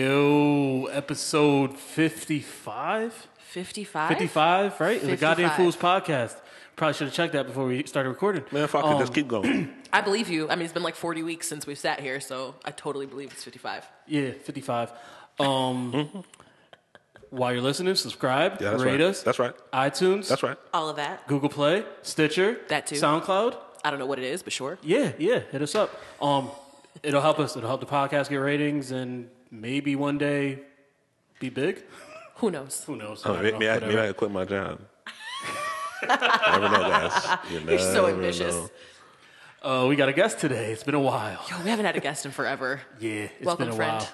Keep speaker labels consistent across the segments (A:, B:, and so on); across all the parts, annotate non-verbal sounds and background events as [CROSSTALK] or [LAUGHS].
A: Yo, episode 55?
B: 55?
A: 55, right? It's a Goddamn
B: 55.
A: Fools podcast. Probably should have checked that before we started recording. Um,
C: Man, if I could just keep going.
B: I believe you. I mean, it's been like 40 weeks since we've sat here, so I totally believe it's 55.
A: Yeah, 55.
C: [LAUGHS]
A: Um, while you're listening, subscribe,
C: Yeah, that's
A: rate
C: right.
A: us.
C: That's right.
A: iTunes.
C: That's right.
B: All of that.
A: Google Play, Stitcher.
B: That too.
A: SoundCloud.
B: I don't know what it is, but sure.
A: Yeah, yeah, hit us up. Um, it'll help us. It'll help the podcast get ratings and maybe one day be big.
B: Who knows?
A: Who knows?
C: Oh,
A: I don't
C: may-
A: know,
C: may I,
A: whatever.
C: maybe I could quit my job. never know, guys. You
B: You're so
C: never
B: ambitious.
C: know.
A: Uh, we got a guest today. It's been a while.
B: Yo, Oh, we haven't had a guest in forever.
A: Yeah, it's
B: Welcome,
A: been a
B: friend.
A: while.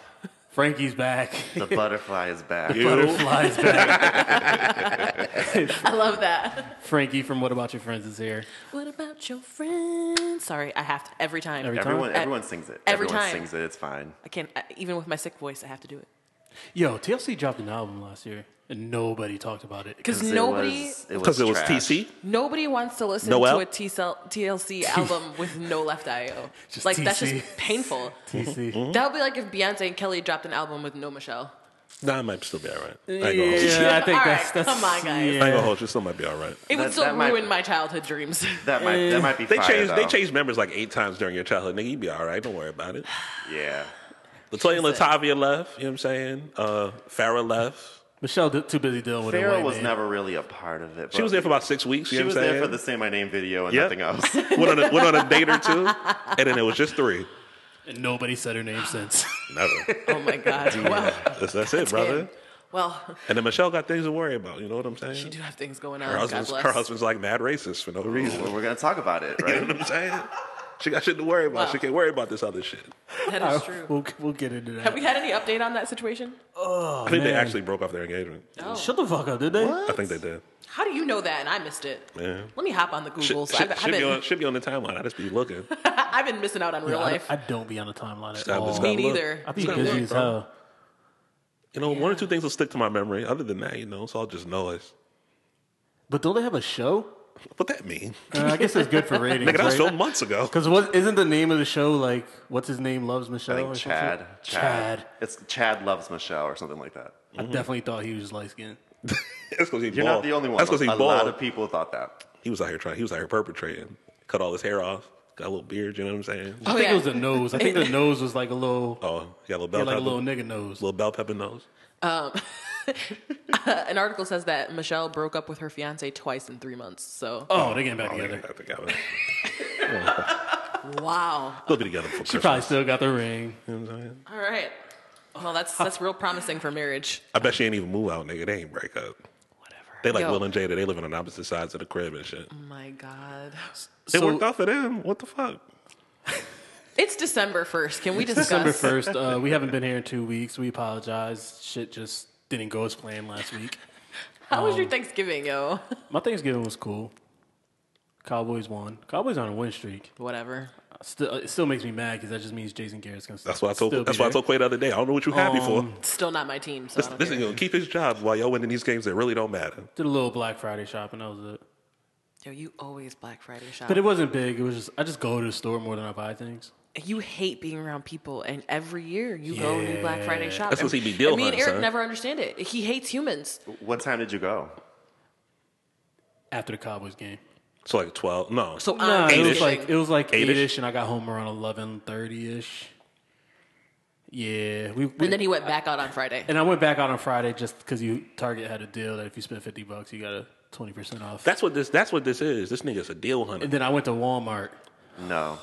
A: Frankie's [LAUGHS] back.
C: [LAUGHS]
D: The butterfly is back.
C: You-
A: Butterflies back.
B: [LAUGHS] I love
A: [LAUGHS]
B: that.
A: Frankie from What About Your Friends is here.
B: what about your friends? Sorry, I have to every time.
A: Every-
D: Everyone,
B: Every-
D: everyone sings it.
B: every
D: everyone
B: time.
D: sings it. It's fine.
B: I can't, I, even with my sick voice, I have to do it.
A: Yo, TLC dropped an album last year and nobody talked about it. [LAUGHS]
B: Because
D: 'Cause
B: nobody,
D: it
C: Because it was
D: trash.
C: TC.
B: nobody wants to listen
C: Noel?
B: to a T-cell,
A: [LAUGHS]
B: TLC album with no left IO.
A: Just Hmm?
B: like, that's
A: TC.
B: just painful.
D: [LAUGHS]
A: TC.
B: That would be like if Beyonce and Kelly dropped an album with no Michelle.
C: Nah, I might still be all right. I ain't
A: Yeah,
C: gonna hold you.
A: I think
B: All
A: that's,
B: right,
A: that's
B: come on, guys.
C: I
A: Yeah.
C: ain't gonna hold you. Still might be all right.
B: It would
D: That-
B: still
D: that might-
B: ruin my childhood dreams. [LAUGHS]
D: That might, that might be
C: They
D: fire,
C: changed. They
D: though.
C: changed members like eight times during your childhood. Nigga, you be all right. Don't worry about it.
D: Yeah.
C: Latoya and Latavia left. You know what I'm saying? Uh, Farrah left.
A: Michelle d- too busy dealing with her
D: Farrah
A: white
D: was
A: man.
D: never really a part of it.
C: She was there for about six weeks. You
D: She
C: know
D: was
C: what I'm
D: there
C: saying?
D: for the Say My Name video and
C: Yep. [LAUGHS]
D: nothing else.
C: went on a, went on a date or two, and then it was just three.
A: And nobody said her name since.
C: Never.
B: oh my
C: [LAUGHS]
B: god! Well,
C: That's, that's it, uh, brother.
B: damn. well,
C: And then Michelle got things to worry about. You know what I'm saying?
B: you do have things going on.
C: her,
B: God
C: husband's,
B: bless.
C: her husband's like mad racist for no reason.
D: Well, we're gonna talk about it,
C: [LAUGHS] You know [LAUGHS]
D: right?
C: what I'm saying? She got shit to worry about.
B: Wow.
C: She can't worry about this other shit.
B: That
A: Oh.
B: is true.
A: [LAUGHS] we'll, we'll get into that.
B: Have we had any update on that situation?
C: I think
A: man.
C: they actually broke off their engagement.
B: Oh.
A: Shut the fuck up, did they?
C: I think they did.
B: How do you know that? And I missed it.
C: Yeah.
B: Let me hop on the
C: Should,
B: Google. so I've,
C: should-
B: I've,
C: should be on,
B: been,
C: should be on the timeline. I just be looking.
B: I've been missing out on real
A: I,
B: life.
A: I don't be on the timeline at
C: I
A: all.
C: just
B: Me
C: gotta look.
B: neither.
A: I be
C: Just
A: busy
C: gotta look,
A: as
C: bro.
A: hell.
C: You know, one or two things will stick to my memory. Other than that, you know, it's all just noise.
A: But don't they have a show?
C: What that mean?
A: [LAUGHS] Uh, I guess it's good for ratings,
C: Nigga, that was
A: right?
C: filmed months ago. [LAUGHS]
A: Because what isn't the name of the show like? What's his name loves Michelle?
D: I
B: Oh,
A: or
D: think
A: some
D: Chad,
A: shit?
D: Chad.
A: Chad.
D: It's Chad loves Michelle or something like that.
A: I
C: Mm-hmm.
A: definitely thought he was light skinned.
C: That's because he
D: You're
C: bald.
D: not the only one.
C: That's because he
D: a
C: bald.
D: lot of people thought that.
C: he was out here trying. He was out here perpetrating. Cut all his hair off. Got a little beard. You know what I'm saying?
A: I
B: Oh,
A: think
B: yeah.
A: it was the nose. I think
B: [LAUGHS]
A: the nose was like a little,
C: Oh, he got a little bell
A: like a
C: pepper.
A: little
C: Little,
A: nigga nose.
C: bell pepper nose.
B: An article says that Michelle broke up with her fiance twice in three months. So
A: Oh, they're getting back
C: Oh,
A: together.
C: I think I was-
B: wow.
C: They'll be together for
A: She
C: Christmas.
A: probably still got the ring.
C: [LAUGHS] You know what I'm saying?
B: All right. Well, that's that's real promising for marriage.
C: I bet she ain't even move out, nigga. They ain't break up.
B: Whatever.
C: They like
B: Yo.
C: Will and Jada. They living on opposite sides of the crib and shit.
B: Oh my god.
C: It
A: So
C: worked out for them. What the fuck?
B: It's December first. Can we discuss?
A: December first, uh, we haven't been here in two weeks. We apologize. Shit just didn't go as planned last week.
B: How was
C: Um,
B: your Thanksgiving, yo? [LAUGHS]
A: My Thanksgiving was cool. Cowboys won. Cowboys on a win streak.
B: Whatever.
A: Still, it still makes me mad because that just means Jason Garrett's gonna.
C: That's what I told.
A: still be
C: That's
A: there.
C: what I
A: Um,
C: told Quay the other day. I don't know what you happy for.
B: Still not my team. So I don't
C: This
B: care.
C: nigga gonna keep his job while y'all winning these games that really don't matter.
A: Did a little Black Friday shopping. That was it.
B: Yo, you always Black Friday shop.
A: But it wasn't big. It was just I just go to the store more than I buy things.
B: you hate being around people, and every year you go and you Black Friday shop.
C: That's 'cause he be
B: And
C: deal
B: Me and
C: hunting,
B: Eric
C: son.
B: never understand it. He hates humans.
D: What time did you go?
A: After the Cowboys game,
C: So like twelve. No.
B: So
A: no,
B: I'm
A: it was
B: Thanksgiving.
A: like it was like
C: Eight-ish?
A: eight-ish, and I got home around eleven thirty-ish. Yeah, we, we-
B: and then he went back out on Friday.
A: and I went back out on Friday just because you Target had a deal that if you spend fifty bucks, you got a twenty percent off.
C: that's what this. That's what this is. This nigga's a deal hunter.
A: and then I went to Walmart.
D: No.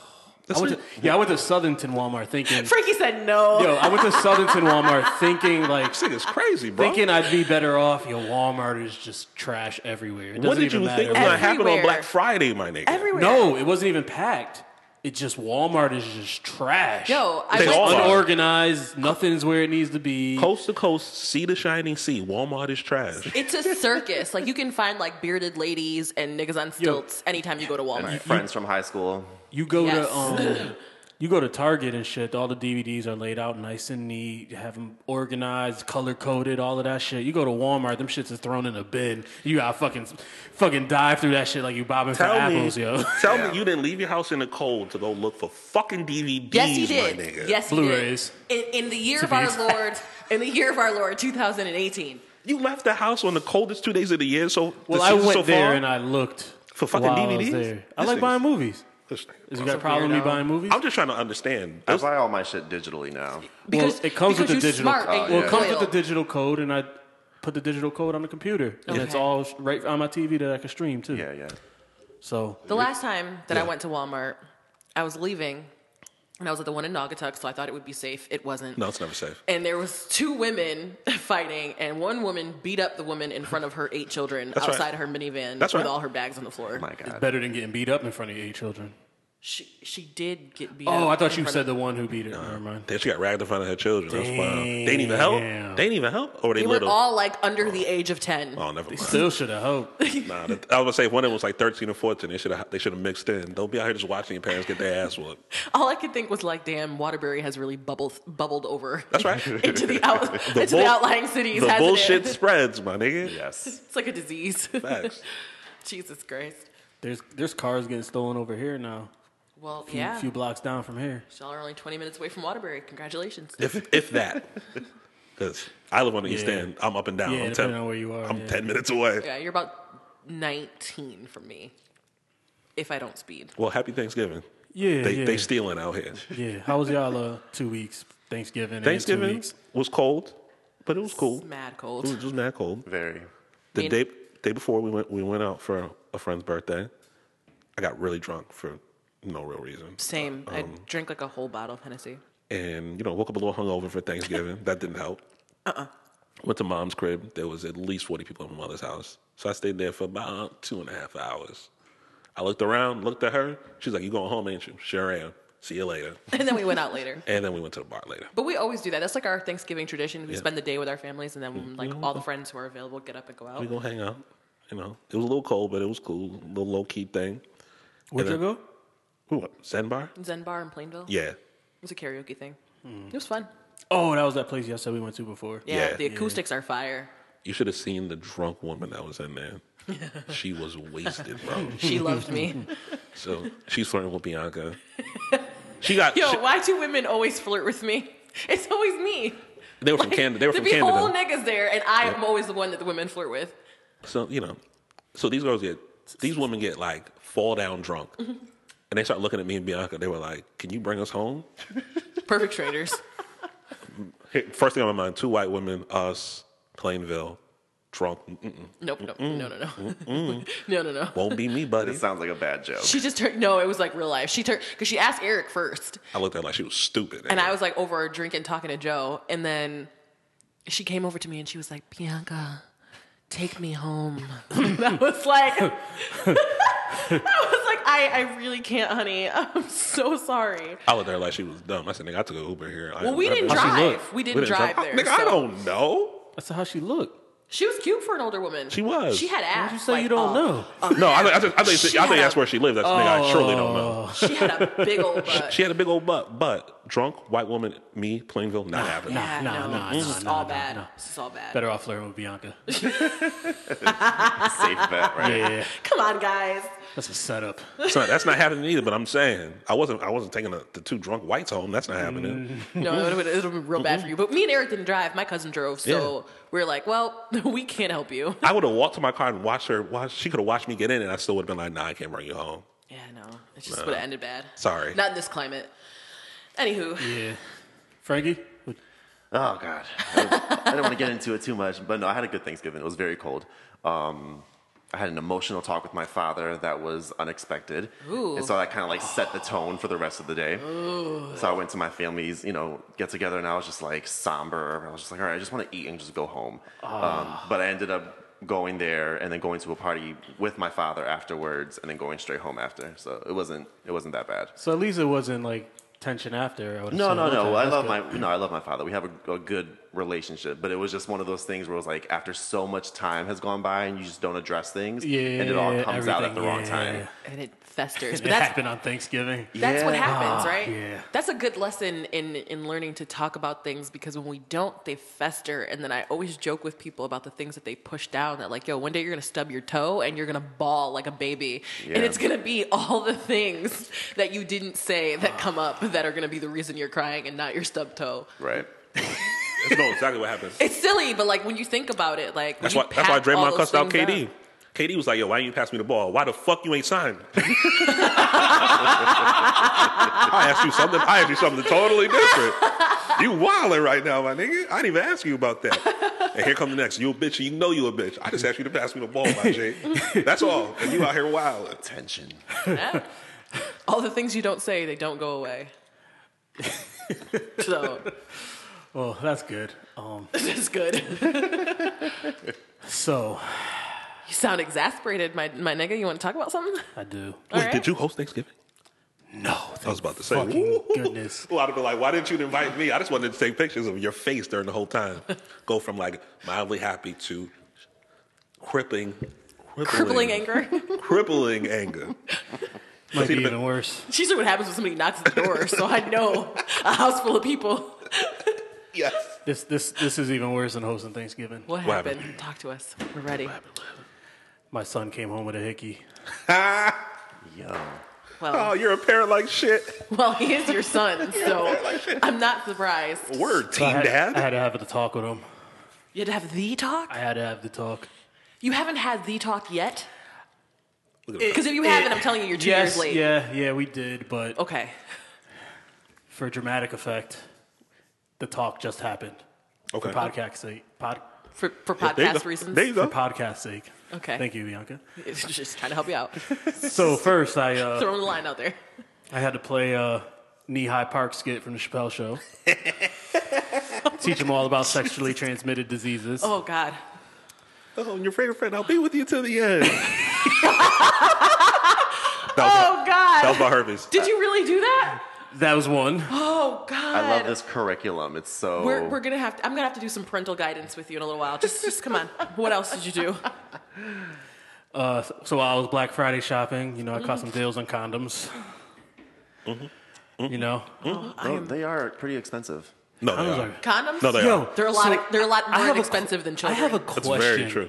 A: I went to, yeah, I went to Southernton Walmart
B: [LAUGHS]
A: thinking,
B: [LAUGHS] Frankie said no.
A: yo, I went to Southernton Walmart thinking like
C: This nigga's crazy, bro.
A: thinking I'd be better off. Yo, Walmart is just trash everywhere. It
C: what
A: doesn't
C: did you
A: even
C: think was
A: matter.
C: gonna happen on
B: Everywhere.
C: Black Friday, my nigga?
B: Everywhere.
A: No, it wasn't even packed. It just Walmart is just trash.
B: Yo, I
C: They
B: went.
C: all are.
A: unorganized. Nothing's where it needs to be.
C: Coast to coast, sea to shining sea. Walmart is trash.
B: [LAUGHS] It's a circus. Like you can find like bearded ladies and niggas on stilts anytime you go to Walmart.
D: Friends from high school.
A: You go
B: Yes.
A: to um, You go to Target and shit. All the DVDs are laid out nice and neat. You have them organized, color coded, all of that shit. You go to Walmart, them shits is thrown in a bin. You gotta fucking, fucking dive through that shit like you bobbing for
C: Tell
A: apples,
C: me,
A: yo.
C: tell
D: Yeah.
C: me you didn't leave your house in the cold to go look for fucking DVDs,
B: Yes, he
C: my
B: did.
C: nigga.
B: Yes, he
A: Blu-rays.
B: did. In, in the year
A: To
B: of
A: be
B: our
A: exact.
B: Lord, in the year of our Lord, 2018.
C: You left the house on the coldest two days of the year, so
A: [LAUGHS] Well,
C: the
A: I
C: season
A: went
C: so
A: there
C: far,
A: and I looked
C: For fucking
A: while I was
C: DVDs?
A: there. I like
C: This nigga's-
A: buying movies.
C: Listen,
A: Is you got a
B: a
A: problem with me
B: weirdo.
A: buying movies?
C: I'm just trying to understand.
D: I buy all my shit digitally now.
B: Because
A: well, it comes with
B: because
A: the
B: you're
A: digital.
B: Smart
D: Oh,
B: and
A: Well,
B: you're
A: it comes with
B: loyal.
A: the digital code, and I put the digital code on the computer, and it's
B: Okay.
A: all sh- right on my TV that I can stream too.
D: Yeah, yeah.
A: So
B: The last time that I
C: Yeah.
B: went to Walmart, I was leaving, and I was at the one in Naugatuck, so I thought it would be safe. It wasn't.
C: no, it's never safe.
B: And there was two women [LAUGHS] fighting, and one woman beat up the woman in front of her eight children
C: That's right.
B: outside her minivan
C: That's
B: with
C: right.
B: all her bags on the floor.
D: My
A: it's
D: God.
A: better than getting beat up in front of eight children.
B: She she did get beat.
A: Oh,
B: up
A: I thought
B: in
A: you
B: front
A: said
B: of-
A: the one who beat it. Never mind.
C: Then she got ragged in front of her children. That's wild. They didn't even help.
A: Damn.
C: They didn't even help, or they,
B: They were
C: little.
B: all like under the age of ten.
C: oh, never mind.
A: Still should have hoped.
C: Nah, that- I was gonna say if one of them was like thirteen or fourteen, they should have they should have mixed in. Don't be out here just watching your parents get their ass whooped.
B: All I could think was like, damn, Waterbury has really bubbled bubbled over [LAUGHS]
C: That's right.
B: into the
C: [LAUGHS]
B: out into
C: bull-
B: the outlying cities.
C: the
B: hasn't
C: bullshit
B: It?
C: spreads, my nigga.
D: Yes.
B: [LAUGHS] It's like a disease.
C: Facts.
B: [LAUGHS] Jesus Christ.
A: There's there's cars getting stolen over here now.
B: Well,
A: A
B: yeah.
A: few blocks down from here.
B: Y'all are only 20 minutes away from Waterbury. Congratulations.
C: If if that, [LAUGHS] because I live on the East
A: Yeah.
C: End, I'm up and down.
A: Yeah,
C: I'm
A: depending on where you are,
C: I'm
A: yeah.
C: ten minutes away.
B: Yeah, you're about 19 from me. If I don't speed.
C: Well, happy Thanksgiving.
A: Yeah,
C: They
A: yeah,
C: they stealing out here.
A: yeah. How was y'all? Uh, two weeks. Thanksgiving. and Two
C: Thanksgiving
A: weeks.
C: was cold, but it was cool.
B: It's mad
C: It was
B: cold.
C: just mad cold.
D: Very.
C: The
B: mean-
C: day day before we went we went out for a friend's birthday. I got really drunk for no real reason.
B: Same. I
C: Um.
B: drank like a whole bottle of Hennessy. [LAUGHS]
C: and you know woke up a little hungover for Thanksgiving. that didn't help. Went to mom's crib. There was at least forty people in my mother's house, so I stayed there for about two and a half hours. I looked around, looked at her. She's like, "You going home, ain't you?" Sure am. See you later.
B: And then we went out later.
C: and then we went to the bar later.
B: But we always do that. That's like our Thanksgiving tradition. We
C: Yeah. Mm-hmm.
B: spend the day with our families, and then like all the friends who are available get up and go
C: We
B: out.
C: gonna hang out. You know, it was a little cold, but it was cool. A little low key thing.
A: Where'd you
C: And
A: go?
C: We went Zen bar.
B: Zen Bar in Plainville.
C: Yeah,
B: It
C: Mm.
B: was a karaoke thing. It was fun.
A: Oh, that was that place y'all said we went to before.
B: Yeah,
C: Yeah.
B: the acoustics are fire.
C: you should have seen the drunk woman that was in there. she was wasted, bro. [LAUGHS]
B: She loved me.
C: So she's flirting with Bianca. She got
B: Yo,
C: she-
B: why do women always flirt with me? It's always me.
C: They were from Canada. They were
B: there
C: from
B: be
C: Canada.
B: whole niggas there, and I am always the one that the women flirt with.
C: so you know, so these girls get these women get like fall down drunk, and they start looking at me and Bianca. They were like, "Can you bring us home?"
B: Perfect
C: [LAUGHS]
B: strangers.
C: Hey, First thing on my mind: two white women, us, Plainville, drunk. Mm-mm.
B: Nope, nope, no, no, no, [LAUGHS] no, no, no.
C: Won't be me, buddy.
D: This sounds like a bad joke.
B: She just turned. No, it was like real life. She turned because she asked Eric first,
C: I looked at her like she was stupid,
B: and I was like over drinking, talking to Joe, and then she came over to me and she was like, "Bianca, take me home." [LAUGHS] I was like, [LAUGHS] I was like, I, I really can't, honey. I'm so sorry.
C: I looked at her like she was dumb. I said, "Nigga, I took an Uber here." I
B: Well,
C: am
B: we didn't
C: nervous."
A: drive.
B: drive. We didn't drive
C: I-
B: there.
C: Nigga, I
B: so-
C: don't know.
A: That's how she looked.
B: She was cute for an older woman.
C: She was.
B: She had ass.
A: How'd you say
B: like,
A: you don't
B: uh,
A: know?
C: No, I, think- I, think- I think,
B: She
C: I think
B: had
C: that's
B: a-
C: where she lived. That's nigga. I surely don't know.
B: She had a big
A: [LAUGHS]
B: old butt.
C: She had a big old butt, but drunk white woman, me, Plainville, not happening.
B: yeah,
A: Nah,
B: no,
A: nah,
B: this
A: nah,
B: is
A: nah,
B: all
A: nah,
B: bad.
A: nah.
B: This is all bad.
A: Better off flirting with Bianca.
D: Safe bet, right?
A: Yeah,
B: Come on, guys.
A: that's a setup.
C: It's not- that's not happening either. But I'm saying I wasn't. I wasn't taking the the two drunk whites home. That's not happening.
B: No,
A: Mm-hmm.
B: it would have been real bad for you. But me and Eric didn't drive. My cousin drove, so we were like, well, [LAUGHS] we can't help you.
C: I would have walked to my car and watched her. Watch, she could have watched me get in, and I still would have been like, "Nah, I can't bring you home."
B: Yeah, no, it just would have ended bad.
C: Sorry.
B: Not in this climate. Anywho,
A: Yeah, Frankie. what-
D: Oh God, I don't want to get into it too much, but no, I had a good Thanksgiving. It was very cold. Um, I had an emotional talk with my father that was unexpected,
B: Ooh.
D: and so that kind of like set the tone for the rest of the day. So I went to my family's, you know, get together, and I was just like somber. I was just like, all right, I just want to eat and just go home. Um,
A: Ah.
D: but I ended up going there and then going to a party with my father afterwards, and then going straight home after. So it wasn't it wasn't that bad.
A: So at least it wasn't like tension after. I would
D: No,
A: assume.
D: no, no.
A: Okay,
D: I
A: that's
D: love
A: good.
D: my no, I love my father. We have a, a good relationship, but it was just one of those things where it was like after so much time has gone by and you just don't address things,
A: Yeah,
D: and it all comes out at
A: everything,
D: the wrong
A: yeah,
D: time.
A: yeah.
B: and it festers. [LAUGHS]
A: It
B: But that's
A: happened on Thanksgiving.
B: That's what
D: Yeah.
B: happens,
A: Ah,
B: right?
A: yeah.
B: That's a good lesson in in learning to talk about things because when we don't, they fester. And then I always joke with people about the things that they push down. That like, yo, one day you're gonna stub your toe and you're gonna bawl like a baby,
D: Yeah.
B: and it's gonna be all the things that you didn't say
C: Ah.
B: that come up that are gonna be the reason you're crying and not your stub toe.
D: Right.
C: That's no, exactly what happens.
B: It's silly, but like when you think about it, like
C: That's
B: you
C: why. That's why
B: pack all
C: Draymond
B: those
C: cussed out
B: things
C: KD.
B: up.
C: KD was like, "Yo, why you pass me the ball? Why the fuck you ain't [LAUGHS] signed?" I asked you something. I asked you something totally different. You wilding right now, my nigga. I didn't even ask you about that. And here comes the next. You a bitch. and You know you a bitch. I just asked you to pass me the ball, my Jay. That's all. And you out here wilding.
D: Tension.
B: All the things you don't say, they don't go
C: [LAUGHS]
B: away. so [LAUGHS]
A: Well, Oh, that's good. Um,
B: that's good.
A: so
B: You sound exasperated, my my nigga. You want to talk about something?
A: I do.
C: Wait,
B: right.
C: did you host Thanksgiving?
A: No,
C: I was about to say.
A: fucking
C: Ooh.
A: goodness.
C: Well, I'd have been like, why didn't you invite me? I just wanted to take pictures of your face during the
A: [LAUGHS]
C: whole time. Go from like mildly happy to crippling, crippling
B: Crippling anger. [LAUGHS]
C: crippling anger.
A: might be
C: Should've
A: even
C: been-
A: worse.
B: She's what happens when somebody knocks at the door. So I know a house full of people. [LAUGHS]
C: Yes. [LAUGHS]
A: This this this is even worse than hosting Thanksgiving.
B: What
C: What
B: happened?
C: happened?
B: Talk to us. We're ready.
A: My son came home with a hickey.
D: Yo.
B: Well,
C: Oh, you're a parent like shit.
B: [LAUGHS] well, he is your son, so I'm not surprised.
A: I
C: Word, team
A: had, I
C: dad.
A: had to have the talk with him.
B: You had to have the talk.
A: I had to have the talk.
B: You haven't had the talk yet,
C: Look at
B: because if you haven't, I'm telling you, you're two
A: yes,
B: years late.
A: yeah, yeah, we did, but
B: Okay.
A: for dramatic effect, the talk just happened.
C: Okay.
A: For podcast sake. Pod,
B: For, for
C: There you
B: podcast
C: go.
B: reasons,
C: There you
A: for
C: go.
A: podcast sake.
B: Okay.
A: Thank you, Bianca.
B: [LAUGHS] it's just trying to help you out. [LAUGHS]
A: So first I uh,
B: Throwing the line out there.
A: I had to play uh Knee High Park skit from the Chappelle
C: [LAUGHS]
A: show. Teach them all about sexually transmitted diseases.
B: Oh God.
C: Oh, and your favorite friend, I'll be with you till the
A: [LAUGHS]
C: end. that, was about,
B: Oh
C: that
B: God.
C: was about herpes.
B: Did you really do that?
A: That was one.
B: Oh God.
D: I love this curriculum. It's so
C: Oh.
B: We're, we're gonna have to. I'm gonna have to do some parental guidance with you in a little while. Just, just come on. What else did you
C: [LAUGHS]
B: do?
A: Uh, so while I was Black Friday shopping, you know, I caught
C: Mm-hmm.
A: some deals on condoms. You know,
D: Bro, they are pretty expensive.
C: No,
A: I
C: they
A: was
C: are.
A: like,
B: Condoms.
C: No, they
A: Yo.
C: are.
B: They're a lot.
A: So,
B: of, they're a lot
A: I
B: more
A: have a
B: expensive than
A: I
B: children.
A: have a
C: That's
A: question.
C: very true.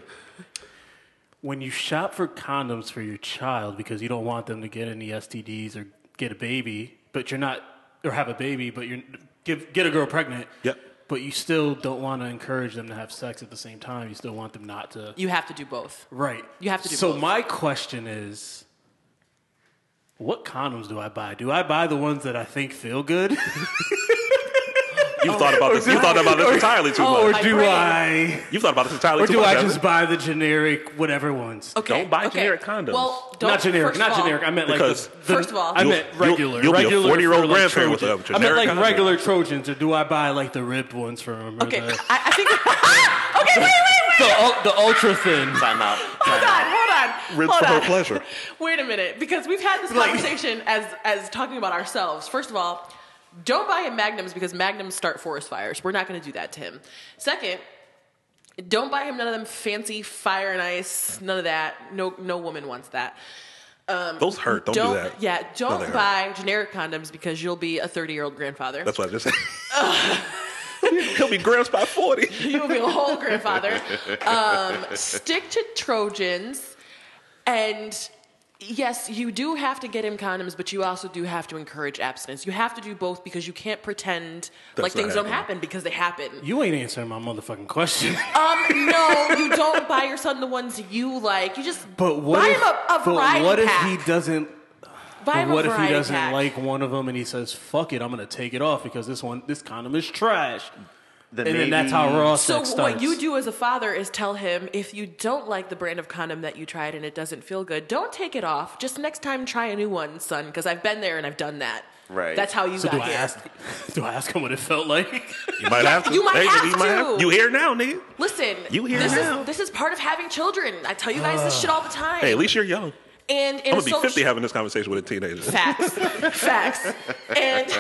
A: When you shop for condoms for your child because you don't want them to get any STDs or get a baby, but you're not or have a baby, but you're give get a girl pregnant.
C: Yep.
A: But you still don't want to encourage them to have sex at the same time. You still want them not to.
B: You have to do both.
A: Right.
B: You have to do
A: So
B: both.
A: my question is what condoms do I buy? Do I buy the ones that I think feel
B: [LAUGHS]
A: good?
C: You thought about this. You thought
B: [LAUGHS] Oh,
C: about this entirely too
A: or
C: much.
B: I
A: do
B: pray.
A: I
C: You thought about this entirely
A: or
C: too
A: do
C: much.
A: I
C: haven't
A: just buy the generic whatever ones?
B: Okay.
C: Don't buy
B: okay.
C: generic condoms.
B: Well, don't,
A: not generic,
B: first
A: not
B: of all,
A: generic. I meant
C: Because-
A: like the- the,
B: First of all-
A: I
B: You'll-
A: meant
C: you'll-
A: regular.
C: you'll be a
A: regular
C: 40-year-old
A: for, like,
C: grandparent with
A: Trojans.
C: a
A: I meant
C: generic
A: like
C: condom.
A: regular Trojans, or do I buy like the ribbed ones from? or
C: [LAUGHS]
B: Okay.
A: The,
B: I, I think. [LAUGHS] Ah, okay. Wait. Wait. Wait.
A: the, ul- the ultra thin.
D: Time out.
B: Hold on. Hold on.
C: Ribbed
B: hold on.
C: for her pleasure.
B: Wait a minute, because we've had this conversation as as talking about ourselves. First of all, don't buy him magnums because magnums start forest fires. We're not going to do that to him. Second, don't buy him none of them fancy fire and ice. None of that. No, no woman wants that.
C: Those hurt. Don't, do that.
B: Yeah,
C: No,
B: Um, don't
C: they hurt.
B: buy generic condoms because you'll be a thirty year old grandfather.
C: That's what I just said. [LAUGHS] He'll be gramps by 40.
B: [LAUGHS] you'll be a
A: [LAUGHS]
B: whole grandfather. Um, stick to Trojans, and yes, you do have to get him condoms, but you also do have to encourage abstinence. You have to do both because you can't pretend like
C: not
B: things don't
C: happening.
B: happen because they happen.
A: You ain't answering my motherfucking question.
B: Um, no, you don't buy your son the ones you like. You just
A: [LAUGHS] But what
B: buy
A: if?
B: him a, a
A: but
B: variety
A: what if
B: pack.
A: he doesn't?
B: Buy him a
A: What if he
B: variety
A: doesn't
B: pack.
A: like one of them and he says, "Fuck it, I'm gonna take it off because this one, this condom is trash."
D: Then
A: And then
D: maybe-
A: that's how raw
B: So
A: sex starts.
B: what you do as a father is tell him if you don't like the brand of condom that you tried and it doesn't feel good, don't take it off. Just next time try a new one, son, because I've been there and I've done that.
D: Right.
B: That's how you
A: So
B: got
A: do I
B: here.
A: ask? [LAUGHS] Do I ask him what it felt like? [LAUGHS]
C: You might have to.
B: you might
C: Hey,
B: have
C: might
B: to.
C: You here now, nigga.
B: Listen,
C: You hear
B: this
C: now.
A: Uh.
B: is this is part of having children. I tell you guys this shit all the time.
C: Hey, at least you're young.
B: And in
C: I'm
B: a
C: gonna be
B: social-
C: 50 having this conversation with a
B: [LAUGHS]
C: teenager.
B: Facts. Facts. And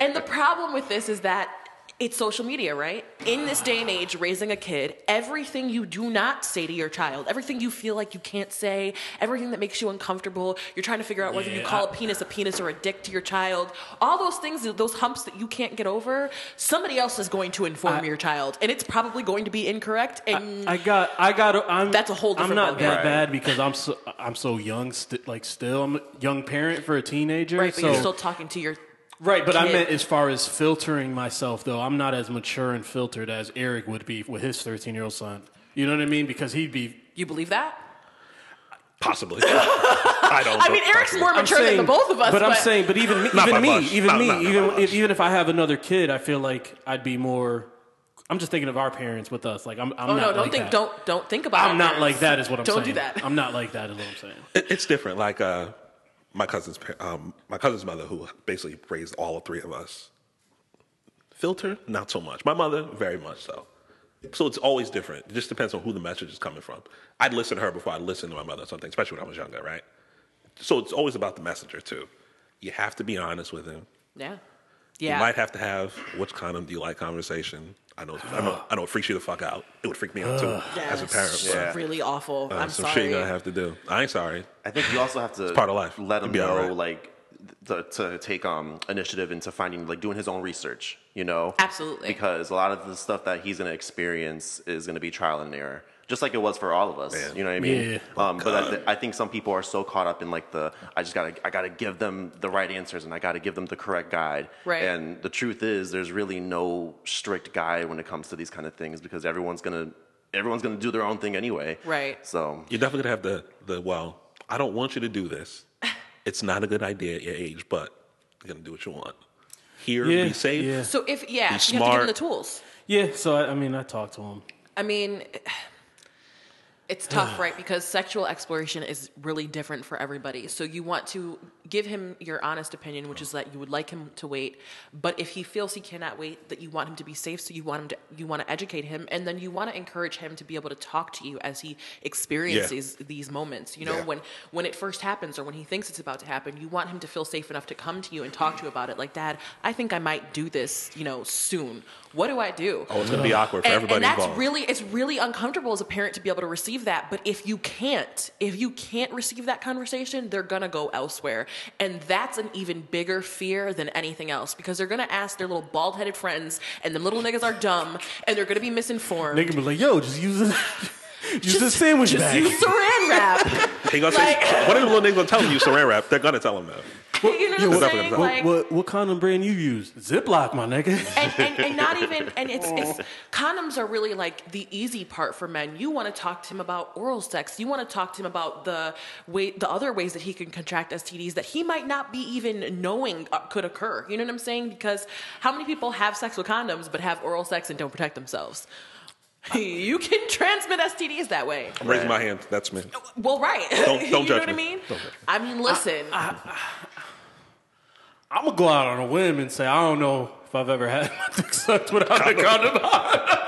B: and the problem with this is that it's social media, right? In this day and age, raising a kid, everything you do not say to your child, everything you feel like you can't say, everything that makes you uncomfortable, you're trying to figure out whether you
A: Yeah,
B: call
A: I-
B: a penis a penis or a dick to your child, all those things, those humps that you can't get over, somebody else is going to inform
A: I-
B: your child, and it's probably going to be incorrect. And
A: I got, I got. I'm,
B: That's a whole
A: I'm
B: different
A: not
B: ballgame.
A: that
D: Right.
A: bad because I'm so, I'm so young. St- like still, I'm a young parent for a teenager.
B: right, but
A: so,
B: you're still talking to your
A: right, but I
B: kid.
A: meant as far as filtering myself though, I'm not as mature and filtered as Eric would be with his 13 year old son. You know what I mean? Because he'd be.
B: you believe that? [LAUGHS]
C: Possibly. I don't know.
B: I mean, Eric's
C: Possibly.
B: more
A: I'm
B: mature than the
A: saying-
B: both of us.
A: But, I'm saying, but even me,
C: Not by
A: even me,
C: much.
A: even
C: Not-
A: me,
C: not- not
A: even
C: by much.
A: if, even if I have another kid, I feel like I'd be more. I'm just thinking of our parents with us. Like I'm, I'm not
B: Oh no! Don't
A: like
B: think.
A: that.
B: Don't don't think about.
A: I'm
B: our
A: not
B: parents.
A: like that. Is what I'm
B: don't
A: saying.
B: do that.
A: I'm not like that. Is what I'm saying.
C: It- It's different. Like uh, my cousin's par- um, my cousin's mother, who basically raised all three of us. Filter, not so much. My mother, very much so. So it's always different. It just depends on who the message is coming from. I'd listen to her before I'd listen to my mother or something, especially when I was younger, right? So it's always about the messenger too. You have to be honest with him.
B: yeah.
C: You
B: Yeah.
C: might have to have which condom do you like conversation. I know, I know, I know, it freaks you the fuck out. It would freak me out too as a parent.
B: It's
C: but,
D: Yeah.
B: really awful.
C: uh,
B: I'm
C: some
B: sorry.
C: shit you're gonna have to do. I ain't sorry.
D: I think you also have to
C: part of life.
D: let him
C: You'll be all
D: know,
C: right.
D: like, the, to take um, initiative into finding, like, doing his own research, you know?
B: Absolutely.
D: Because a lot of the stuff that he's going to experience is going to be trial and error, just like it was for all of us.
C: Man. Oh,
D: You know what I mean?
A: Yeah.
D: Um, but I, th- I think some people are so caught up in, like, the, I just got to, I got to give them the right answers and I got to give them the correct guide.
B: Right.
D: And the truth is, there's really no strict guide when it comes to these kind of things because everyone's going to, everyone's going to do their own thing anyway.
B: Right.
D: So,
C: You're definitely gonna have the the well. I don't want you to do this. It's not a good idea at your age, but you're gonna do what you want. Here,
A: Yeah,
C: be safe.
A: yeah.
B: So if yeah,
C: Be
B: you have to give
C: smart.
B: them the tools.
A: Yeah. So I, I mean, I talked to him.
B: I mean, [SIGHS] it's tough, right? Because sexual exploration is really different for everybody. So you want to give him your honest opinion, which is that you would like him to wait, but if he feels he cannot wait, that you want him to be safe, so you want him to you want to educate him and then you want to encourage him to be able to talk to you as he experiences these moments. You know,
C: Yeah.
B: when when it first happens or when he thinks it's about to happen, you want him to feel safe enough to come to you and talk to you about it. Like, "Dad, I think I might do this, you know, soon. What do I do?"
C: Oh, it's gonna
A: Uh,
C: be awkward for
B: and,
C: everybody
B: and that's
C: involved.
B: really it's really uncomfortable as a parent to be able to receive that but if you can't if you can't receive that conversation they're gonna go elsewhere and that's an even bigger fear than anything else because they're gonna ask their little bald-headed friends and them little niggas are dumb and they're gonna be misinformed
A: They can be like, "Yo, just use it. [LAUGHS] use the
B: Just-
A: sandwich
B: just
A: bag."
B: use saran wrap
C: He gonna say,
B: Like-
C: [LAUGHS] what are the little niggas gonna tell you? Saran wrap. They're gonna tell him that.
B: you know
A: Yo,
B: what
C: what
B: i'm
C: up,
B: saying
C: what up?
B: like,
A: what, what what condom brand you use? Ziploc, my [LAUGHS] nigga.
B: and, and, and
C: [LAUGHS]
B: not even and it's, it's condoms are really like the easy part for men you want to talk to him about oral sex you want to talk to him about the way the other ways that he can contract stds that he might not be even knowing uh, could occur you know what i'm saying because how many people have sex with condoms but have oral sex and don't protect themselves [LAUGHS] you can transmit stds that way
C: I'm raising my hand. That's
B: [LAUGHS]
C: me.
B: well right [LAUGHS]
C: Don't-
B: you
C: don't
B: know
C: judge
B: what i
C: me.
B: mean
C: Don't judge me.
B: i mean listen
A: I'm gonna go out on a whim and say, I don't know if I've ever had my dick sucked without a condom on.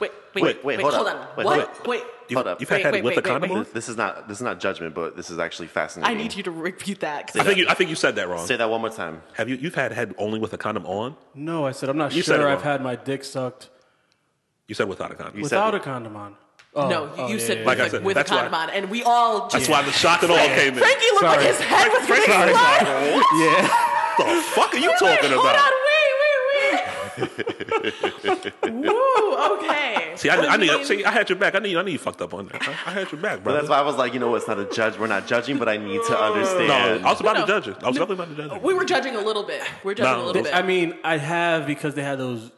B: wait wait
C: Wait,
D: wait, hold
B: hold
D: up.
B: on
D: Wait,
B: what
D: hold
B: wait
C: You,
D: Hold up.
C: You've
D: Wait,
C: had
B: wait,
C: with
B: wait,
C: the
B: wait,
C: condom
B: wait.
C: on?
D: This is not this is not judgment, but this is actually fascinating.
B: i need you to repeat that 'cause
C: I think you, I think you said that wrong.
D: say that one more time.
C: Have you? You've had had only with a condom on?
A: No, I said I'm not
C: You said it
A: sure
C: wrong.
A: I've had my dick sucked
C: You said without a condom.
D: You said-
A: without
D: it.
A: a condom on. Oh,
B: No, you,
A: oh,
B: you
A: yeah,
B: said
A: yeah,
C: Like
B: with,
C: I said,
B: a, with a
C: that's why-
B: condom on, and we all
C: That's
B: just.
C: why the shock and all came in.
B: Frankie looked
A: Sorry.
B: like his head was
C: Frank-
B: gonna
C: Frankie's
B: explode.
C: like, what
A: yeah.
C: the fuck are you
B: Wait,
C: talking
B: Hold
C: about?
B: on, wait, [LAUGHS] wait, wait. Woo, okay.
C: See, I, I need. See, I had your back. I need. I need you fucked up on that. I, I had your back,
D: But
C: brother.
D: that's why I was like, you know, what, it's not a judge. We're not judging, but I need to
C: No,
D: understand.
C: I was about
B: No,
C: to judge it. I was definitely about to judge it.
B: we were judging a little bit. We are judging
C: No,
B: a little bit.
A: I mean, I have because they had those.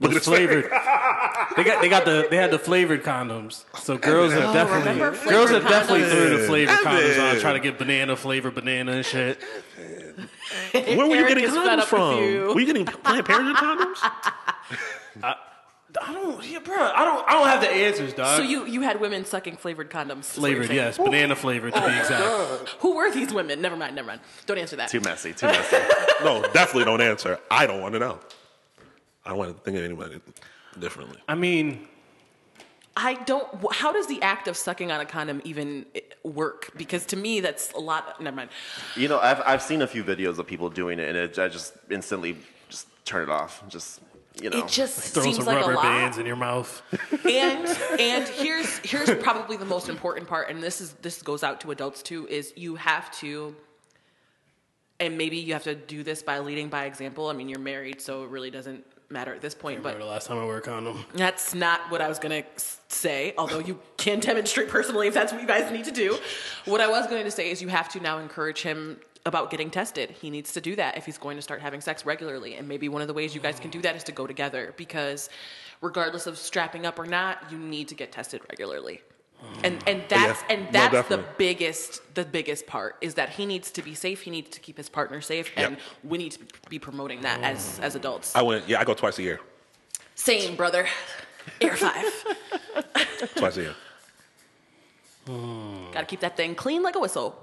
C: Look
A: those
C: at his
A: flavored. they got they got the they had the flavored condoms. So girls have definitely
B: remember flavored
A: girls have definitely
B: condoms?
A: threw the flavored
C: Evan.
A: condoms on trying to get banana flavored banana and shit.
C: Where were you
B: Eric
C: getting
B: is fed
C: condoms
B: up with
C: from?
B: you.
C: Were you getting Planned
B: [LAUGHS]
C: Parenthood condoms?
A: I don't, yeah, bro. I don't I don't have the answers, dog.
B: so you you had women sucking flavored condoms. is what you're
A: flavored,
B: saying.
A: yes, banana flavored to be exact.
B: Who were these women? Never mind. Never mind. Don't answer that.
D: Too messy. Too messy. [LAUGHS]
C: No, definitely don't answer. I don't want to know. I don't want to think of anybody differently.
A: I mean,
B: I don't. wh- How does the act of sucking on a condom even eh, work? Because to me, that's a lot. Never mind.
D: You know, I've I've seen a few videos of people doing it, and it, I just instantly just turn it off. Just you know,
B: It just
A: Throw
B: seems
A: some
B: like a
A: rubber
B: lot.
A: bands in your mouth.
B: and and here's here's probably the most important part and this is this goes out to adults too is you have to and maybe you have to do this by leading by example i mean you're married so it really doesn't matter at this point
A: Remember the
B: but
A: last time I wore a condom?
B: that's not what i was going to say although you can demonstrate personally if that's what you guys need to do what i was going to say is you have to now encourage him about getting tested he needs to do that if he's going to start having sex regularly and maybe one of the ways you guys can do that is to go together because regardless of strapping up or not you need to get tested regularly and and that's
C: Oh, yeah. No,
B: and that's the
C: definitely.
B: biggest the biggest part is that he needs to be safe he needs to keep his partner safe and we need to be promoting that as as adults
C: Oh. I went. Yeah, I go twice a year.
B: same brother air five
C: Twice a year.
B: Gotta keep that thing clean like a whistle.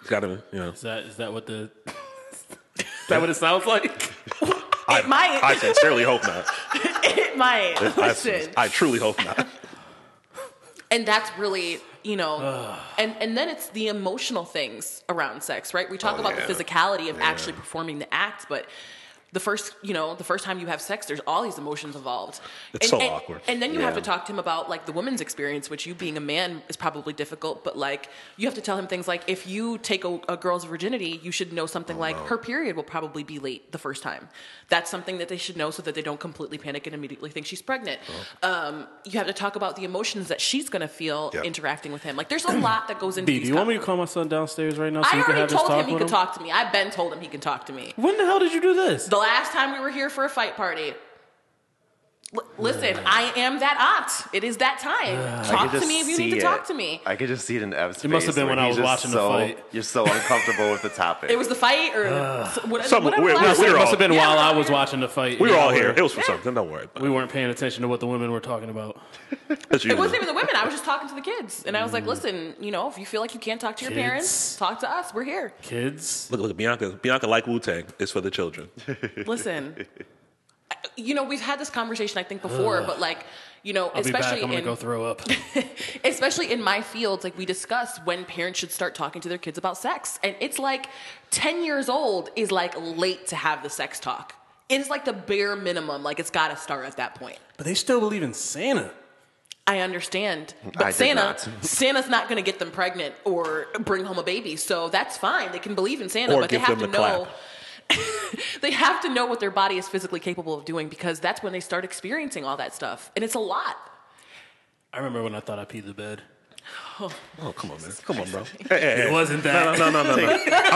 C: It's got to, you know.
A: Is that is that what the [LAUGHS] is that what it sounds like?
C: I,
B: might.
C: I sincerely
B: [LAUGHS]
C: hope not.
B: It might.
C: I, I truly hope
B: [LAUGHS]
C: not.
B: and that's really, you know, and, and then it's the emotional things around sex, right? We talk
C: Oh,
B: about
C: yeah.
B: the physicality of
C: Yeah.
B: actually performing the act, but the first, you know, the first time you have sex, there's all these emotions involved.
C: It's
B: and,
C: so
B: and-
C: awkward.
B: And then you have
C: Yeah.
B: to talk to him about like the woman's experience, which you being a man is probably difficult, but like you have to tell him things like if you take a, a girl's virginity, you should know something like her period will probably be late the first time. That's something that they should know so that they don't completely panic and immediately think she's pregnant. Um, you have to talk about the emotions that she's going to feel
C: Yeah.
B: interacting with him. Like there's a lot
A: [CLEARS THROAT]
B: that goes
A: D,
B: into
A: do
B: these
A: you want
B: con-
A: me to call my son downstairs right now so
B: I
A: you can have
B: already
A: this
B: told
A: talk
B: him he
A: with
B: could
A: him?
B: talk to me. I've been told him he can talk to me.
A: When the hell did you do this?
B: The last time we were here for a fight party. L- listen, I am that aunt. It is that time.
D: I
B: talk
D: could
B: to
D: just
B: me if you need
D: see
B: to
D: it.
B: talk to me.
D: I could just see it in Ev's face.
A: It must have been
D: where
A: when I
D: he's
A: was
D: just
A: watching the
D: so,
A: fight.
D: You're so uncomfortable with the topic.
B: It was the fight or so- what-
C: Some-
B: whatever.
C: we're-
B: last
C: we're-
A: it
B: time-
A: must have been
B: Yeah,
A: while I
B: we're
A: was
B: here.
A: watching the fight.
C: Oh, We were
A: Yeah,
C: all
A: we're-
C: here. It was for something. Don't worry about
A: We
C: it.
A: weren't paying attention to what the women were talking about.
C: That's
B: It
C: usual.
B: wasn't even the women. I was just talking to the kids, and I was like, "Listen, you know, if you feel like you can't talk to your
A: Mm. Kids.
B: parents, talk to us.
A: [LAUGHS]
B: We're here.
A: Kids,
C: Look, look, Bianca. Bianca like Wu Tang. It's for
B: [LAUGHS]
C: the children.
B: Listen, I- you know, we've had this conversation I think before, but like, you know,
A: I'll be back.
B: especially
A: I'm gonna
B: in
A: go throw
B: [LAUGHS]
A: up.
B: especially in my field, like we discuss when parents should start talking to their kids about sex. And it's like 10 years old is like late to have the sex talk. It's like the bare minimum. Like it's got to start at that point.
A: But they still believe in Santa.
B: I understand, but
D: I did
B: Santa,
D: not.
B: Santa's not going to get them pregnant or bring home a baby, so that's fine. They can believe in Santa,
C: Or
B: but they
C: give
B: have
C: them
B: to
C: the
B: know. [LAUGHS] they have to know what their body is physically capable of doing because that's when they start experiencing all that stuff, and it's a lot.
A: I remember when I thought I peed the bed.
C: Oh, come on, man. Come on, bro. Hey, hey,
A: It
C: hey.
A: wasn't that.
C: [LAUGHS] No,
B: [LAUGHS]
C: no, no, no. I'm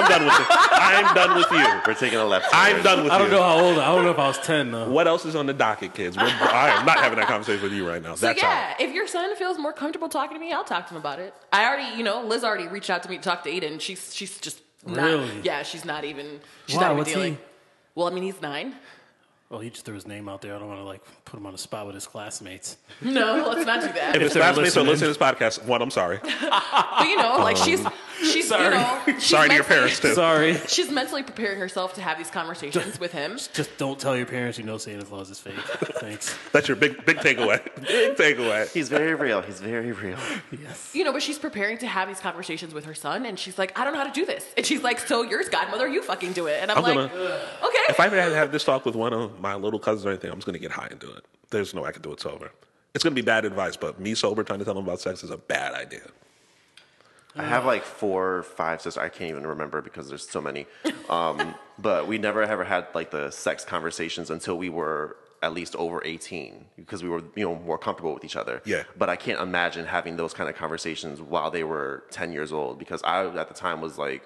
C: done with it. I'm done with you.
D: We're taking a left.
C: I'm
D: turn.
C: done with
A: I don't
C: you.
A: know how old. I don't know if I was ten though.
C: What else is on the docket, kids? We're, I am not having that conversation with you right now.
B: So
C: That's
B: yeah, if your son feels more comfortable talking to me, I'll talk to him about it. I already, you know, Liz already reached out to me to talk to Aiden. She's she's just not,
A: Really?
B: yeah, she's not even she's
A: Why?
B: not even
A: What's he-
B: dealing. Well, I mean, he's nine. [LAUGHS]
A: Oh, he just threw his name out there. I don't want to like put him on the spot with his classmates.
B: No, let's not do that.
C: all. If it's
A: they're
C: classmates or
A: listening.
C: listen to this podcast, one, I'm sorry.
B: but you know, like she's she's you
A: sorry.
C: [LAUGHS]
B: know, she's
C: Sorry to your
B: mentally-
C: parents, too. [LAUGHS]
A: Sorry.
B: She's mentally preparing herself to have these conversations with him.
A: Just don't tell your parents you know Santa Claus is fake.
C: [LAUGHS]
A: Thanks.
C: That's your big big
A: [LAUGHS]
C: takeaway. big takeaway.
D: He's very real. He's very real.
B: You know, but she's preparing to have these conversations with her son, and she's like, I don't know how to do this. And she's like, So yours, godmother, you fucking do it. And I'm,
C: I'm
B: like,
C: gonna-
B: Okay.
C: If I ever had to have this talk with one of my little cousins or anything, I'm just going to get high and do it. There's no way I can do it sober. It's going to be bad advice, but me sober trying to tell them about sex is a bad idea.
D: I have like four, five sisters. I can't even remember because there's
A: [LAUGHS]
D: so many. Um, but we never ever had like the sex conversations until we were at least over 18 because we were you know more comfortable with each other.
C: Yeah.
D: But I can't imagine having those kind of conversations while they were 10 years old because I at the time was like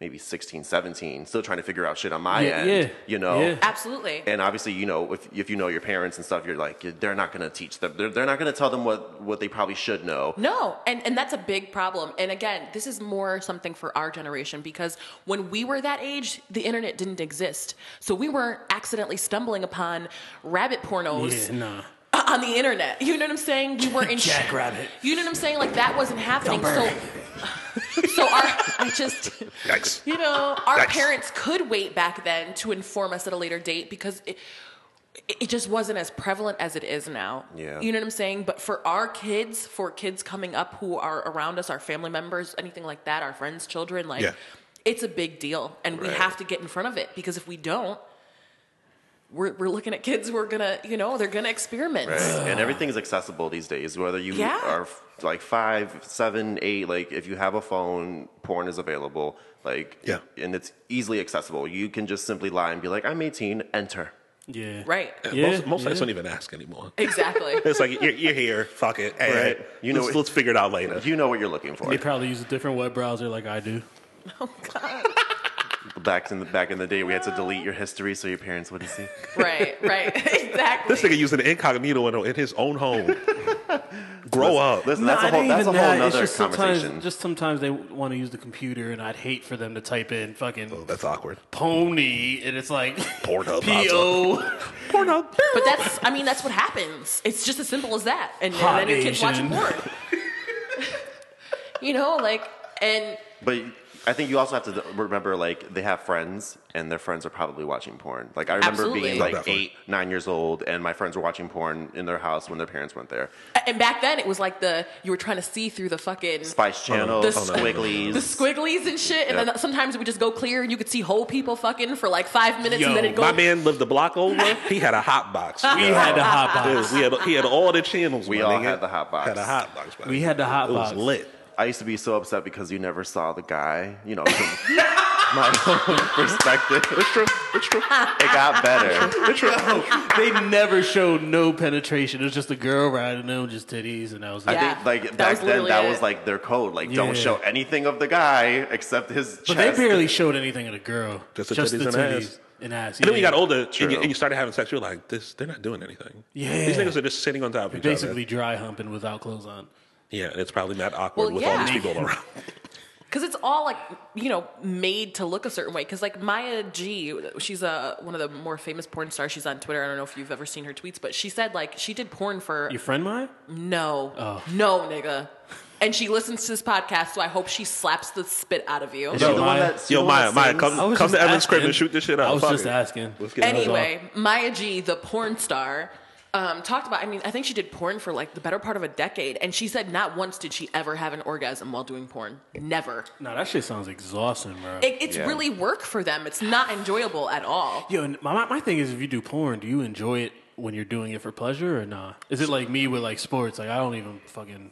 D: maybe 16, 17, still trying to figure out shit on my
A: Yeah,
D: end.
A: yeah,
D: You know.
A: yeah.
B: Absolutely.
D: And obviously, you know, if, if you know your parents and stuff, you're like, they're not going to teach them. They're, they're not going to tell them what, what they probably should know.
B: No, and and that's a big problem. And again, this is more something for our generation because when we were that age, the internet didn't exist, so we weren't accidentally stumbling upon rabbit pornos
A: Yeah, nah.
B: [LAUGHS] on the internet. You know what I'm saying? We weren't in
A: Jackrabbit.
B: You know what I'm saying? Like that wasn't happening. So, [LAUGHS] so our I just
C: Yikes.
B: you know, our
C: Yikes.
B: parents could wait back then to inform us at a later date because it, it- it just wasn't as prevalent as it is now.
D: Yeah.
B: You know what I'm saying? But for our kids, for kids coming up who are around us, our family members, anything like that, our friends, children, like
C: Yeah.
B: it's a big deal. And we
C: Right.
B: have to get in front of it because if we don't, we're, we're looking at kids who are gonna, you know, they're gonna experiment.
D: Right. and
A: Uh-huh.
D: everything's accessible these days. Whether you
B: Yeah.
D: are f- like five, seven, eight, like if you have a phone, porn is available. Like,
C: Yeah.
D: and it's easily accessible. You can just simply lie and be like, "I'm 18." Enter.
A: Yeah.
B: Right.
A: Yeah,
C: most most sites
A: yeah.
C: don't even ask anymore.
B: Exactly.
C: It's like you're, you're here. Fuck it. Hey,
D: Right.
C: You
D: You
C: know,
D: know
C: let's,
D: it-
C: let's figure it out later.
D: You know what you're looking for.
A: They probably use a different web browser like I do.
D: Back in the back in the day, we had to delete your history so your parents
A: [LAUGHS]
D: wouldn't see.
B: right. Right. [LAUGHS] exactly.
C: This nigga using an incognito in, in his
A: [LAUGHS]
C: own home. Grow up.
D: Listen,
A: Nah,
D: that's a
A: it
D: whole
A: ain't
D: that's a
A: even
D: whole
A: that. It's
D: nother
A: just
D: conversation.
A: Sometimes, just sometimes they want to use the computer, and I'd hate for them to type in fucking
C: That's awkward.
A: pony, and it's like
C: Pornhub.
A: P
C: [LAUGHS]
A: O.
C: Pornhub.
B: But that's, I mean, that's what happens. It's just as simple as that. And, and
A: Hot
B: then your kid's watching
A: Asian. [LAUGHS]
B: porn. you know, like, and
D: But I think you also have to th- remember, like, they have friends, and their friends are probably watching porn. Like, I remember
B: Absolutely.
D: being like
C: Definitely.
D: eight, nine years old, and my friends were watching porn in their house when their parents weren't there.
B: and back then it was like the you were trying to see through the fucking
D: Spice
A: Oh,
D: Channel,
B: The squ-
D: Squigglies.
B: the squigglies and shit. And
D: Yeah.
B: then sometimes it would just go clear, and you could see whole people fucking for like five minutes,
A: Yo,
B: and then it go.
C: My man lived the block over. He had a hot box.
A: We had the hot box.
C: Dude, we had he had all the channels.
D: We
C: my
D: all
C: nigga.
D: had the hot box.
C: Had a hot box. my
A: We
C: nigga.
A: had the hot
C: it
A: box.
C: It was lit.
D: I used to be so upset because you never saw the guy, you
B: [LAUGHS]
D: know, from my own perspective.
C: It's true. It's true.
D: It got better.
C: It's true.
A: they never showed no penetration. It was just a girl riding them, just titties, and I was like,
B: Yeah.
D: I think, like,
B: That was
D: back then,
B: literally
D: that
B: it.
D: was like their code. Like, don't
A: Yeah.
D: show anything of the guy except his
A: but
D: chest.
A: they barely showed anything of the girl.
C: Just the titties and ass.
A: and ass.
C: And then we
A: yeah.
C: got older, and you,
D: True.
C: and you started having sex. You're like, this. They're not doing anything.
A: Yeah.
C: These niggas are just sitting on top of each
A: Basically,
C: other.
A: dry humping without clothes on.
C: Yeah, and it's probably not awkward
B: Well,
C: with all
B: yeah.
C: these people
A: [LAUGHS]
C: around.
B: because it's all like you know made to look a certain way. Because like Maya G, she's a one of the more famous porn stars. She's on Twitter. I don't know if you've ever seen her tweets, but she said like she did porn for
A: Your friend mine?
B: no, no, nigga. And she listens to this podcast, so I hope she slaps the spit out of you.
D: Is she
A: Yo,
D: the one
A: Maya-
D: that- she
C: Yo,
D: the one
C: Maya,
D: that
C: Maya,
D: sings?
C: come,
A: I was
C: come to
A: just
C: Evan's crib
A: asking.
C: and shoot this shit out.
A: I was
C: Fuck
A: just
C: it.
A: asking.
C: Let's get it.
B: Anyway, Maya G, the porn star, um, talked about. I mean, I think she did porn for like the better part of a decade, and she said not once did she ever have an orgasm while doing porn. Never.
A: Nah, that shit sounds exhausting, bro.
B: It, it's
D: Yeah.
B: really work for them. It's not enjoyable at all.
A: Yo, and my, my- my thing is, if you do porn, do you enjoy it when you're doing it for pleasure or nah? Is it like me with like sports? Like I don't even fucking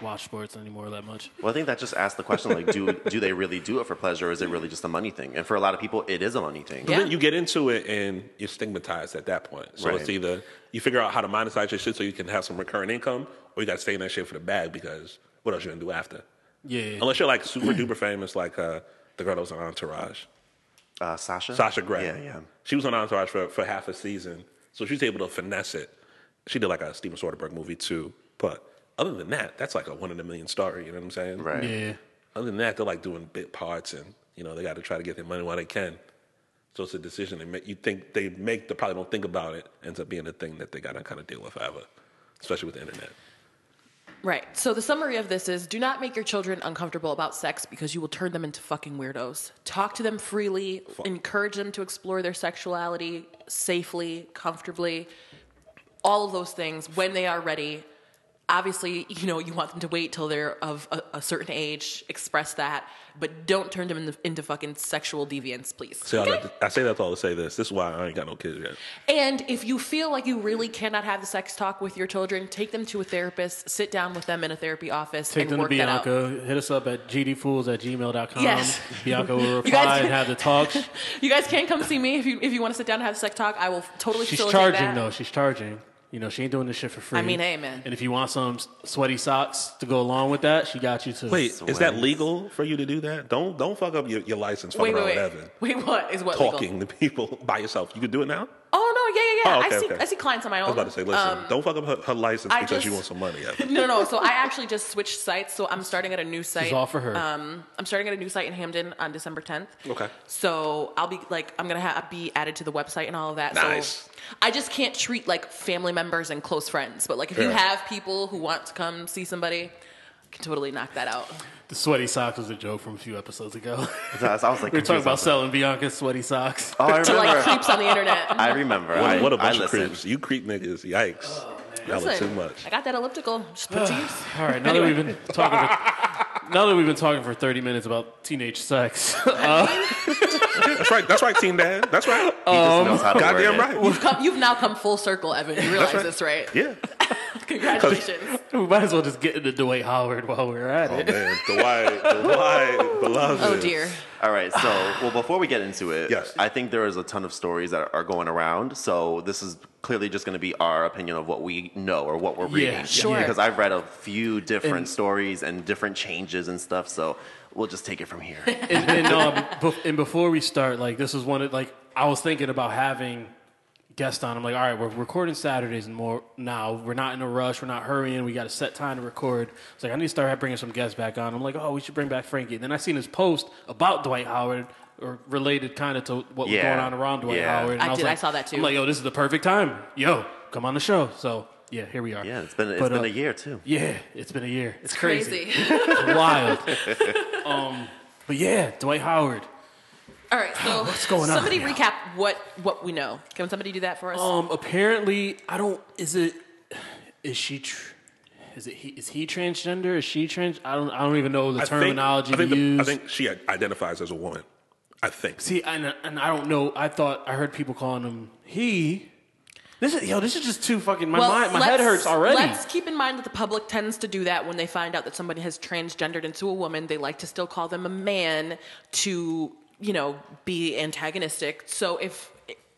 A: watch sports anymore that much.
D: Well, I think that just asks the question: like, do [LAUGHS] do they really do it for pleasure, or is it really just a money thing? And for a lot of people, it is a money thing.
B: Yeah.
C: Then you get into it and you're stigmatized at that point. So
D: Right.
C: it's either you figure out how to monetize your shit so you can have some recurrent income, or you got to stay in that shit for the bag because what else you gonna do after?
A: Yeah.
C: Unless you're like super duper famous, like uh, the girl that was on Entourage,
D: Uh, Sasha.
C: Sasha Grey.
D: Yeah, yeah.
C: She was on Entourage for, for half a season, so she was able to finesse it. She did like a Steven Soderbergh movie too, but other than that, that's like a one in a million story. You know what I'm saying?
D: Right.
A: Yeah.
C: Other than that, they're like doing bit parts, and you know they got to try to get their money while they can. So it's a decision they make. You think they make, they probably don't think about it. Ends up being a thing that they got to kind of deal with forever, especially with the internet.
B: Right. So the summary of this is do not make your children uncomfortable about sex because you will turn them into fucking weirdos. Talk to them freely, encourage them to explore their sexuality safely, comfortably, all of those things when they are ready. Obviously, you know, you want them to wait till they're of a, a certain age, express that, but don't turn them into, into fucking sexual deviants, please.
C: So I, like to- I say that all to say this. This is why I ain't got no kids yet.
B: And if you feel like you really cannot have the sex talk with your children, take them to a therapist, sit down with them in a therapy office,
A: Take
B: and
A: them to
B: work that out.
A: Bianca. Hit us up at gdfools at gmail.com.
B: Yes.
A: Bianca will
B: [LAUGHS] You guys
A: reply
B: do-
A: and have the
B: [LAUGHS]
A: talks.
B: You guys can come see me if you if you want to sit down and have sex talk. I will totally.
A: She's
B: facilitate
A: charging,
B: that.
A: though. She's charging. You know, she ain't doing this shit for free.
B: I mean, hey, man.
A: And if you want some s- sweaty socks to go along with that, she got you too.
C: Wait, is that
D: Sweats.
C: legal for you to do that? Don't don't fuck up your, your license. Fuck
B: Wait,
C: around
B: wait, wait.
C: with Evan.
B: Wait, what is what?
C: Talking
B: Legal?
C: to people [LAUGHS] by yourself. You can do it now.
B: Oh no, yeah, yeah, yeah.
C: Oh, okay,
B: I see.
C: okay.
B: I see clients on my own.
C: I was about to say, listen,
B: Um,
C: don't fuck up her, her license
B: I
C: because you want
B: just-
C: some money.
B: [LAUGHS]
C: Evan.
B: no, no. So I actually just switched sites. So I'm starting at a new site.
A: all for her.
B: Um, I'm starting at a new site in Hamden on December 10th.
C: Okay.
B: So I'll be like, I'm gonna ha- be added to the website and all of that.
C: Nice.
B: So I just can't treat like family members and close friends, but like if you
C: Yeah.
B: have people who want to come see somebody, Can totally knock that out.
A: The sweaty socks was a joke from a few episodes ago.
D: So I was I was,
A: [LAUGHS]
D: like,
A: we were talking
D: confused.
A: about selling Bianca sweaty socks.
D: Oh, I
B: [LAUGHS] To like
D: remember.
B: creeps on the internet.
D: I remember.
C: What,
D: I,
C: what a bunch
D: I
C: of
D: listened.
C: creeps. You creep niggas. Yikes. Y'all are
B: Listen,
C: too much.
B: I got that elliptical. Just
C: [SIGHS]
B: put it to use.
A: All right, now that we've been talking, for, now that we've been talking for thirty minutes about teenage sex, [LAUGHS]
C: That's right. That's right, Team Dad. That's right.
D: He just knows how to word
C: Um, Goddamn
D: it.
C: right.
B: Come- You've now come full circle, Evan. You realize this, right?
C: Yeah. [LAUGHS]
B: Congratulations.
A: we might as well just get into Dwight Howard while we're at
C: Oh,
A: it.
C: man. Dwight. [LAUGHS] Dwight. Beloved.
B: Oh dear.
D: All right. So, well, before we get into it,
C: Yes.
D: I think there is a ton of stories that are going around. So this is clearly just going to be our opinion of what we know or what we're
A: Yeah,
D: reading.
B: sure.
D: Because I've read a few different
A: And-
D: stories and different changes and stuff. So we'll just take it
A: [LAUGHS]
D: from here.
A: and, and, um, bef- and before we start, like this is one of like I was thinking about having guests on. I'm like, all right, we're recording Saturdays and more now. We're not in a rush. We're not hurrying. We got a set time to record. It's like I need to start bringing some guests back on. I'm like, oh, we should bring back Frankie. And then I seen his post about Dwight Howard. Or related kind of to what was
D: Yeah.
A: going on around Dwight
D: Yeah.
A: Howard. And
B: I
A: was
B: did. I
A: Like,
B: saw that too.
A: I'm like, yo, this is the perfect time. Yo, come on the show. So yeah, here we are.
D: yeah, it's been it's
A: But,
D: been
A: uh,
D: a year too.
A: Yeah, it's been a year. It's,
B: Crazy.
A: It's wild. [LAUGHS] um, but yeah, Dwight Howard.
B: All right. So what's
A: going on
B: Somebody
A: now?
B: recap what what we know. Can somebody do that for us?
A: Um, apparently, I don't. Is it? Is she? Tr- is it? He, is he transgender? Is she trans? I don't. I don't even know the
C: I think-
A: terminology
C: I think,
A: to
C: the-
A: use.
C: I think she identifies as a woman. I think.
A: See, and and I don't know. I thought I heard people calling him he. This is yo. This is just too fucking. My
B: Well,
A: mind, my
B: let's-
A: head hurts already.
B: Let's keep in mind that the public tends to do that when they find out that somebody has transgendered into a woman. They like to still call them a man to, you know, be antagonistic. So if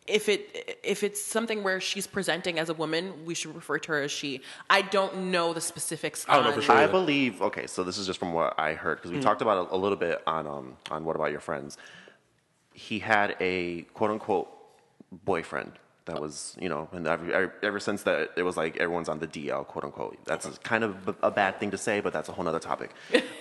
B: if it if it's something where she's presenting as a woman, we should refer to her as she. I don't know the specifics.
C: I don't know
B: on-
C: for sure.
D: I believe. Okay, so this is just from what I heard because we talked about it a little bit on um on what about your friends. He had a quote unquote boyfriend that was you know and every, every, ever since that it was like everyone's on the DL quote unquote. That's kind of b- a bad thing to say, but that's a whole nother topic.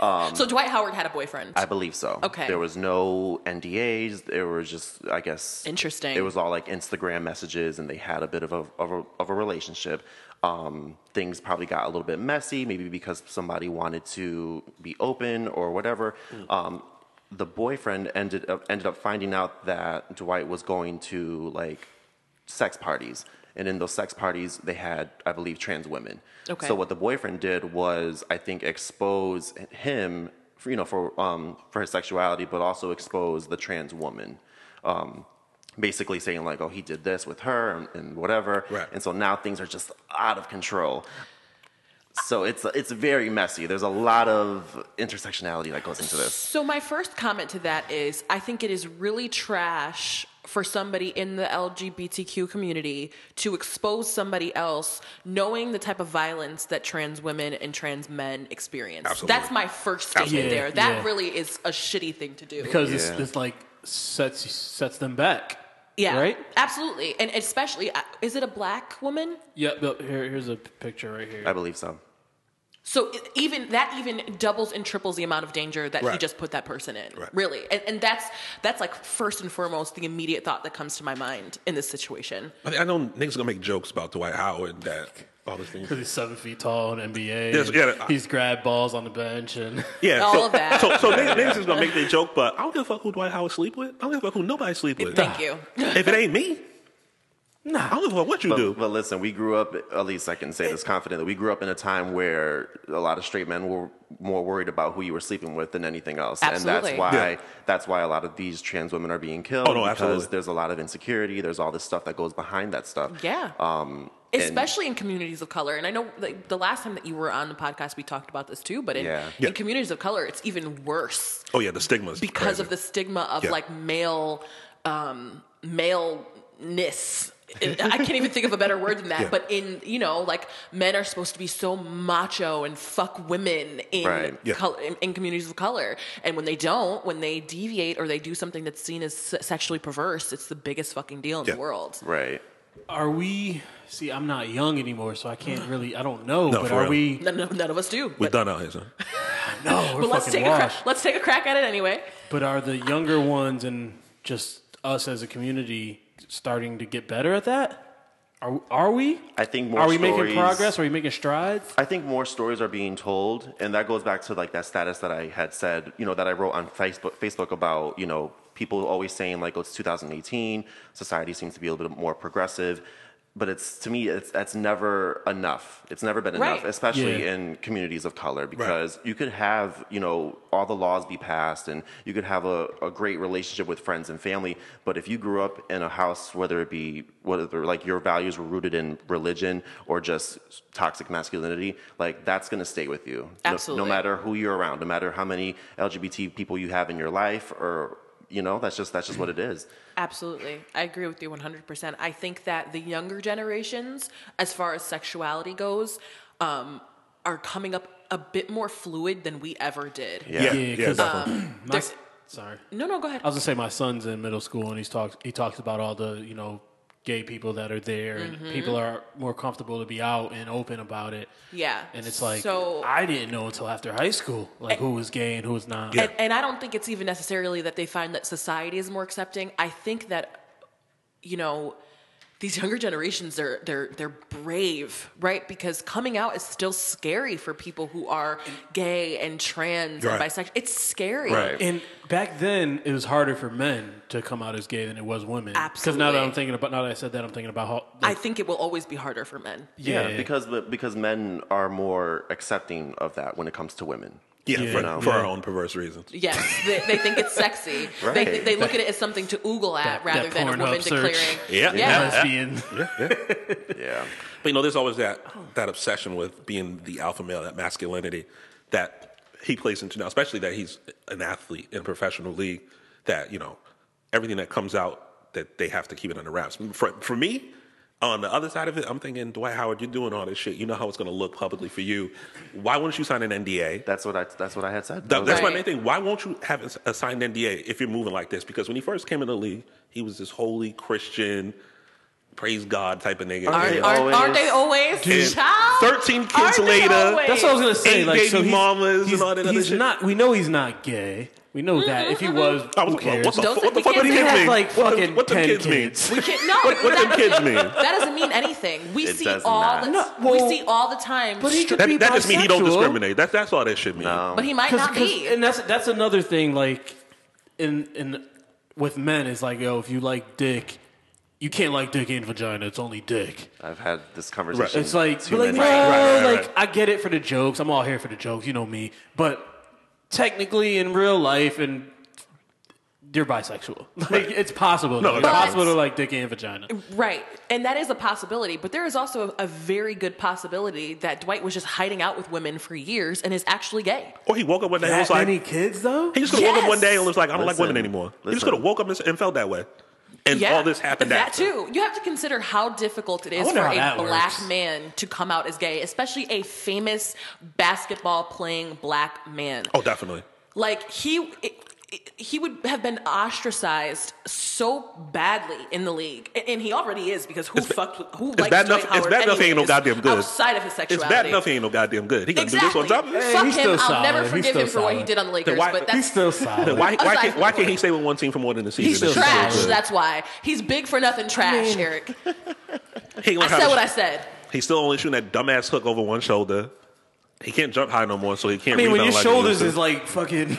B: So Dwight Howard had a boyfriend.
D: I believe so.
B: Okay.
D: There was no NDAs. There was just, I guess.
B: Interesting.
D: It was all like Instagram messages, and they had a bit of a of a, of a relationship. Um, things probably got a little bit messy, maybe because somebody wanted to be open or whatever.
B: Mm.
D: Um, the boyfriend ended up ended up finding out that Dwight was going to like sex parties. And in those sex parties, they had, I believe, trans women.
B: Okay.
D: So what the boyfriend did was, I think, expose him, for, you know, for um, for his sexuality, but also expose the trans woman, um, basically saying like, oh, he did this with her and, and whatever.
C: Right.
D: And so now things are just out of control. So it's it's very messy. There's a lot of intersectionality that goes into this.
B: So my first comment to that is I think it is really trash for somebody in the LGBTQ community to expose somebody else knowing the type of violence that trans women and trans men experience.
C: Absolutely.
B: That's my first statement
A: Absolutely.
B: there.
A: Yeah,
B: That
A: yeah.
B: really is a shitty thing to do.
A: because it's,
D: Yeah.
A: it's like sets sets them back.
B: yeah.
A: Right.
B: Absolutely. And especially I- is it a black woman?
A: Yep. yep, Here, here's a picture right here.
D: I believe so.
B: So i- even that even doubles and triples the amount of danger that he
C: Right.
B: just put that person in.
C: Right.
B: Really, and, and that's that's like first and foremost the immediate thought that comes to my mind in this situation.
C: I, think- I know niggas gonna make jokes about Dwight Howard that all this
A: [LAUGHS]
C: thing.
A: Because he's seven feet tall in NBA.
C: Yes,
A: and
C: yeah.
A: he's grabbed balls on the bench and [LAUGHS]
C: Yeah,
B: All
C: so,
B: of that.
C: So, so niggas, niggas is gonna make their joke, but I don't give a fuck who Dwight Howard sleep with. I don't give a fuck who nobody sleep with.
B: Thank you.
C: If it ain't me, nah, I don't give a fuck what you
D: But,
C: do.
D: but listen, we grew up, at least I can say this confidently, we grew up in a time where a lot of straight men were more worried about who you were sleeping with than anything else.
B: Absolutely.
D: And that's why
C: Yeah.
D: that's why a lot of these trans women are being killed
C: Oh, no,
D: because
C: absolutely.
D: there's a lot of insecurity, there's all this stuff that goes behind that stuff.
B: Yeah.
D: Um and-
B: Especially in communities of color. And I know like, the last time that you were on the podcast, we talked about this too, but in,
D: Yeah.
C: Yeah.
B: in communities of color, it's even worse
C: oh yeah, the stigmas
B: because of the stigma of
C: Yeah.
B: like male, um, maleness. I can't even think of a better word than that.
C: Yeah.
B: But in, you know, like men are supposed to be so macho and fuck women in,
D: Right.
C: Yeah.
B: col- in, in communities of color. And when they don't, when they deviate or they do something that's seen as se- sexually perverse, it's the biggest fucking deal in
C: Yeah.
B: the world.
D: Right.
A: Are we? See, I'm not young anymore, so I can't really. I don't know.
C: No,
A: but
C: for
A: are
C: real.
A: we?
B: None of, none of us do.
C: We're done out here, son.
A: No, we're
B: But let's
A: fucking
B: take a
A: washed.
B: crack. Let's take a crack at it anyway.
A: But are the younger ones and just us as a community starting to get better at that? Are, are we?
D: I think more
A: Are we
D: stories,
A: making progress? Are we making strides?
D: I think more stories are being told, and that goes back to like that status that I had said, you know, that I wrote on Facebook, Facebook about, you know, people always saying like, oh, it's 2018, society seems to be a little bit more progressive, but it's to me, it's that's never enough. It's never been enough,
B: Right.
D: especially
A: Yeah.
D: in communities of color, because you could have, you know, all the laws be passed, and you could have a, a great relationship with friends and family, but if you grew up in a house, whether it be whether like your values were rooted in religion or just toxic masculinity, like that's going to stay with you. No-
B: Absolutely.
D: No, matter who you're around, no matter how many LGBT people you have in your life or you know, that's just that's just what it is.
B: Absolutely. I agree with you 100%. I think that the younger generations, as far as sexuality goes, um, are coming up a bit more fluid than we ever did.
D: Yeah.
A: Yeah,
C: yeah,
A: 'cause
C: definitely.
A: my,
B: there's-
A: sorry.
B: No, no, go ahead.
A: I was gonna say my son's in middle school and he's talks he talks about all the you know gay people that are there
B: Mm-hmm.
A: and people are more comfortable to be out and open about it.
B: Yeah.
A: And it's like
B: So-
A: I didn't know until after high school like who was gay and who was not.
B: And, and I don't think it's even necessarily that they find that society is more accepting. I think that, you know, these younger generations they're they're they're brave, right? Because coming out is still scary for people who are gay and trans and
C: Right.
B: bisexual. It's scary.
C: Right.
A: And back then, it was harder for men to come out as gay than it was women. Because now that
B: Absolutely.
A: I'm thinking about, now that I said that, I'm thinking about how.
B: I think it will always be harder
A: [LAUGHS]
B: for men.
A: yeah,
D: because because men are more accepting of that when it comes to women.
C: Yeah,
A: Yeah,
C: for,
D: yeah.
C: for our own perverse reasons.
B: Yes, they, they think it's sexy. They,
D: Right.
B: they look at it as something to oogle at
A: That-
B: rather
A: that
B: than a
A: Pornhub
B: woman
A: search.
B: declaring.
C: Yeah.
B: yeah.
A: lesbian.
D: Yeah.
C: But you know, there's always that that obsession with being the alpha male, that masculinity that he plays into now, especially that he's an athlete in a professional league. That you know, everything that comes out that they have to keep it under wraps. For for me, on the other side of it, I'm thinking, Dwight Howard, you're doing all this shit. You know how it's going to look publicly for you. Why wouldn't you sign an NDA?
D: That's what I that's what I had said.
C: That- that's
B: Right.
C: my main thing. Why won't you have a- a signed NDA if you're moving like this? Because when he first came in the league, he was this holy Christian, praise God type of nigga.
D: Aren't-
C: And-
B: Aren't, aren't they always?
C: Dude,
B: Child,
C: 13 kids
B: aren't they
C: later.
B: always?
A: That's what I was gonna say.
C: Eight
A: like, so
C: baby
A: he's-
C: mamas and
A: he's,
C: all that other
A: he's
C: shit.
A: not. We know he's not gay. We know that. If he was, who
C: I was like, well,
A: cares?
C: what the,
B: Don't
C: fu-
B: think
C: what the
B: we
C: fuck do
B: can't
C: kids
B: say
A: that.
C: mean?
A: Like,
C: what
A: fucking
C: the, what them
A: 10
C: kids,
A: kids.
C: mean?
B: We can't- no,
C: What- what
B: that,
C: them kids
B: [LAUGHS]
C: mean?
B: That doesn't mean anything. We
D: It
B: see
D: does
B: all
D: not.
B: the
A: No,
B: we
A: well-
B: see all the time.
A: But he
B: str-
A: could be
C: That, that just means he don't
A: bisexual.
C: discriminate. That's that's all that shit means.
B: but he might
A: 'Cause-
B: not
A: 'cause-
B: be.
A: And that's that's another thing. Like in in with men, it's like yo, if you like dick, you can't like dick and vagina. It's only dick.
D: I've had this conversation.
A: It's like,
D: too
A: but like,
D: many
A: no,
D: times.
C: Uh, right, right,
A: like I get it for the jokes. I'm all here for the jokes. You know me. But technically, in real life, and you're bisexual. [LAUGHS] Like it's possible.
C: No,
A: it's
C: no.
A: possible to like dick and vagina.
B: right, and that is a possibility. But there is also a, a very good possibility that Dwight was just hiding out with women for years and is actually gay.
C: Or he woke up one day and was
A: That
C: like,
A: many kids though?
C: he just could have woke up one
B: Yes.
C: day and was like, I don't like women
D: Listen,
C: anymore. He just
D: listen.
C: could have woke up and, and felt that way, and all this happened.
B: That
C: after.
B: too. You have to consider how difficult it is
A: wonder
B: for
A: how
B: a
A: that
B: black
A: works.
B: man to come out as gay, especially a famous basketball playing black man.
C: Oh, definitely.
B: Like he it, it- he would have been ostracized so badly in the league, A- and he already is because who fucked with who
C: it's
B: likes
C: bad
B: Dwight
C: enough- it's
B: Howard
C: bad enough he ain't no
B: anyways,
C: goddamn good.
B: outside of his
C: It's
B: sexuality.
C: bad enough he ain't no goddamn good. He gonna
B: Exactly.
C: do this on top of this.
B: Fuck
A: Hey, he's
B: him.
A: still
B: I'll
A: solid.
B: never
A: He's
B: forgive
A: still
B: him for what he
A: solid.
B: did on the Lakers.
C: why-
B: but that's
A: He's still solid.
C: Then [LAUGHS] Why, why,
B: Aside
C: can't,
B: from
C: why
B: the
C: can't he
B: point.
C: stay with one team for more than a season?
A: He's
C: It's
A: still
C: just
B: trash.
A: solid.
B: That's why he's big for nothing trash, Eric.
C: He ain't
B: I
C: learn how
B: said
C: to-
B: what I said.
C: He's still only shooting that dumbass hook over one shoulder. He can't jump high no more, so he can't.
A: I mean, when
C: rebound
A: your
C: like he
A: shoulders
C: used to.
A: is like
C: [LAUGHS]
A: fucking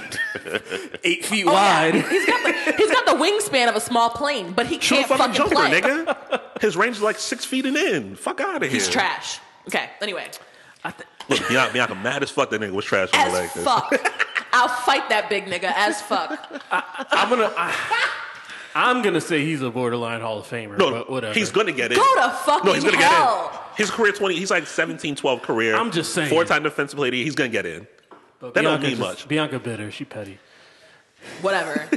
A: eight feet
B: Oh, yeah.
A: wide.
B: He's got the he's got the wingspan of a small plane, but he
C: shoot a
B: can't
C: fucking
B: fucking,
C: jumper,
B: play.
C: nigga. His range is like six feet and in. Fuck out of here.
B: He's trash. Okay. Anyway,
C: Look, Bianca, Bianca, mad as fuck. That nigga was trash on
B: as
C: the like this.
B: fuck.
C: [LAUGHS]
B: I'll fight that big nigga as fuck.
A: I'm gonna. I, [LAUGHS] I'm gonna say he's a borderline Hall of Famer.
C: No,
A: but whatever.
C: he's gonna get it.
B: Go to fucking
C: no, he's gonna get
B: hell.
C: in. His career twenty. He's like 17, 12 career.
A: I'm just saying.
C: Four time defensive player. of the year, He's gonna get in.
A: But
C: that don't
A: Bianca
C: mean
A: just-
C: much.
A: Bianca bitter. She petty.
B: Whatever.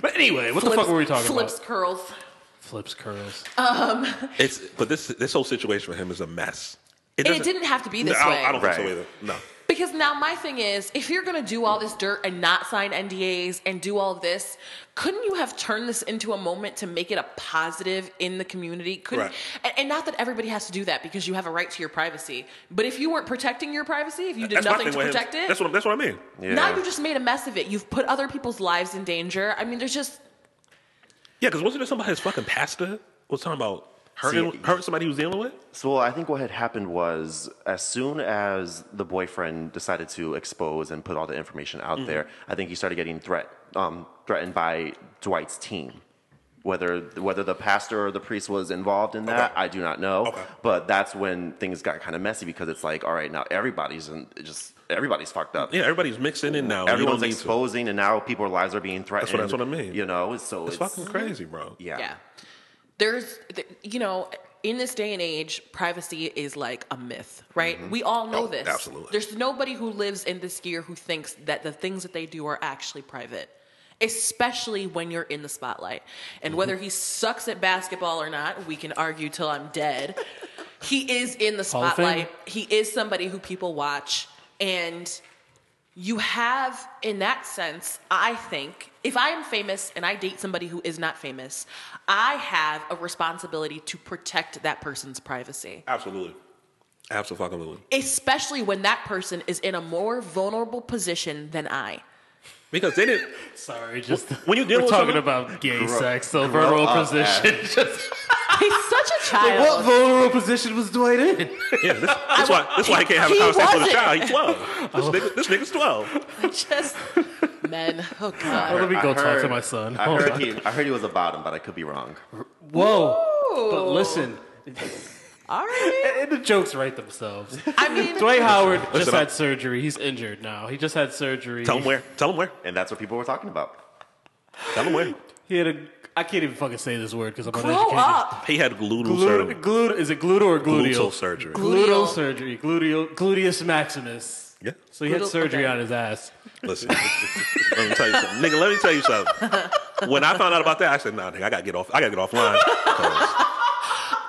A: But anyway, what the fuck were we talking
B: flips
A: about?
B: curls.
A: Flips curls.
B: Uh,
C: It's but this this whole situation with him is a mess. It,
B: And it
C: doesn't-
B: didn't have to be this
C: I don't,
B: way.
C: I don't think so
D: Right.
C: either. No.
B: Because now my thing is, if you're gonna do all this dirt and not sign NDAs and do all this, couldn't you have turned this into a moment to make it a positive in the community? Couldn't
C: Right.
B: and, and not that everybody has to do that because you have a right to your privacy. But if you weren't protecting your privacy, if you did
C: That's my
B: nothing
C: thing
B: to
C: with him.
B: protect it,
C: That's what that's what I mean.
D: Yeah.
B: now you just made a mess of it. You've put other people's lives in danger. I mean, there's just
C: Yeah, because wasn't there somebody his fucking pastor was talking about Hurting,
D: See,
C: hurt somebody he was dealing with?
D: So well, I think what had happened was as soon as the boyfriend decided to expose and put all the information out
C: Mm-hmm.
D: there, I think he started getting threat um, threatened by Dwight's team. Whether whether the pastor or the priest was involved in that, I do not know.
C: Okay.
D: But that's when things got kind of messy because it's like, all right, now everybody's in, just everybody's fucked up.
C: Yeah, everybody's mixing in now. Everyone's
D: Everyone's
C: do
D: exposing, and now people's lives are being threatened.
C: what- that's what I mean.
D: You know, so
C: It's
D: it's,
C: fucking crazy, bro.
D: yeah.
B: Yeah. There's, th- you know, in this day and age, privacy is like a myth, right? We all know
C: Oh,
B: this.
C: absolutely.
B: There's nobody who lives in this year who thinks that the things that they do are actually private, especially when you're in the spotlight.
C: Mm-hmm.
B: And whether he sucks at basketball or not, we can argue till I'm dead. he is in the
A: Hall of Fame.
B: spotlight. He is somebody who people watch. And you have in that sense i think if i am famous and i date somebody who is not famous i have a responsibility to protect that person's privacy
C: Absolutely. Absolutely.
B: especially when that person is in a more vulnerable position than i
C: Because they didn't.
A: Sorry, just
C: when you deal
A: we're
C: with
A: talking
C: someone-
A: about gay
D: Grow-
A: sex, so
D: grow
A: vulnerable
D: up,
A: position. [LAUGHS] Just
B: he's such
A: [LAUGHS]
B: a child
A: what vulnerable position was Dwight in?
B: [LAUGHS]
C: Yeah, this, this why this why I can't have a
B: He
C: conversation with a
B: wasn't.
C: child. He's twelve. This, nigga, this nigga's twelve.
B: just men oh
D: I
B: god
A: Let me
D: heard-
A: go
D: I
A: talk to
D: heard-
A: my son.
D: I
A: Hold
D: heard,
A: on.
D: he, I heard he was a bottom, but I could be wrong.
A: Whoa! But listen,
B: all right
A: and the jokes write themselves. [LAUGHS]
B: i mean
A: Dwight Howard just
C: Listen up.
A: had surgery. He's injured now. He just had surgery.
C: Tell him where. Tell him where.
D: And that's what people were talking about.
C: Tell him where.
A: He had a. I can't even fucking say this word because I'm
B: grow
A: uneducated.
B: up
C: He had gluteal
A: Gluteal,
C: surgery.
A: gluteal, is it gluteal or
C: Gluteal
A: gluteal?
C: surgery.
A: Gluteal
B: Gluteal.
A: surgery. Gluteal, gluteus maximus.
C: Yeah.
A: So he had
B: Gluteal-
A: surgery
B: okay.
A: on his ass.
C: Listen, [LAUGHS] let me tell you something, nigga. Let me tell you something. When I found out about that, I said, "Nah, nigga, I gotta get off. I gotta get offline. 'Cause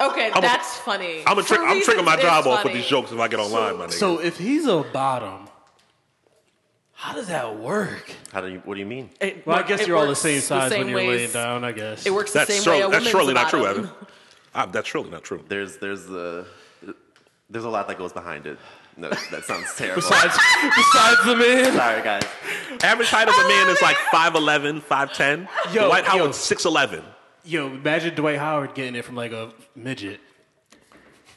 B: okay that's funny
C: I'm gonna
B: For
C: trick. I'm tricking my
B: reasons,
C: job
B: it's
C: off with
B: funny.
C: these jokes if I get online, my nigga.
A: So if he's a bottom, how does that work?
D: How do you? What do you mean?
B: It-
A: Well, I
B: but
A: guess
B: it
A: you're all the
B: works
A: same size
B: same
A: when you're
B: ways-
A: laying down. I guess
B: it works the
C: that's
B: same way
C: sur-
B: a
C: that's
B: woman's
C: surely not true,
B: bottom.
C: Evan. Ah, that's surely not true.
D: There's there's the there's a lot that goes behind it. No, that sounds
A: [LAUGHS]
D: terrible.
A: besides, besides the man.
D: Sorry, guys.
C: Average height of a man is like 5'11", 5'10".
A: Yo,
C: Dwight
A: yo.
C: Howard's 6'11".
A: Yo, imagine Dwight Howard getting it from like a midget.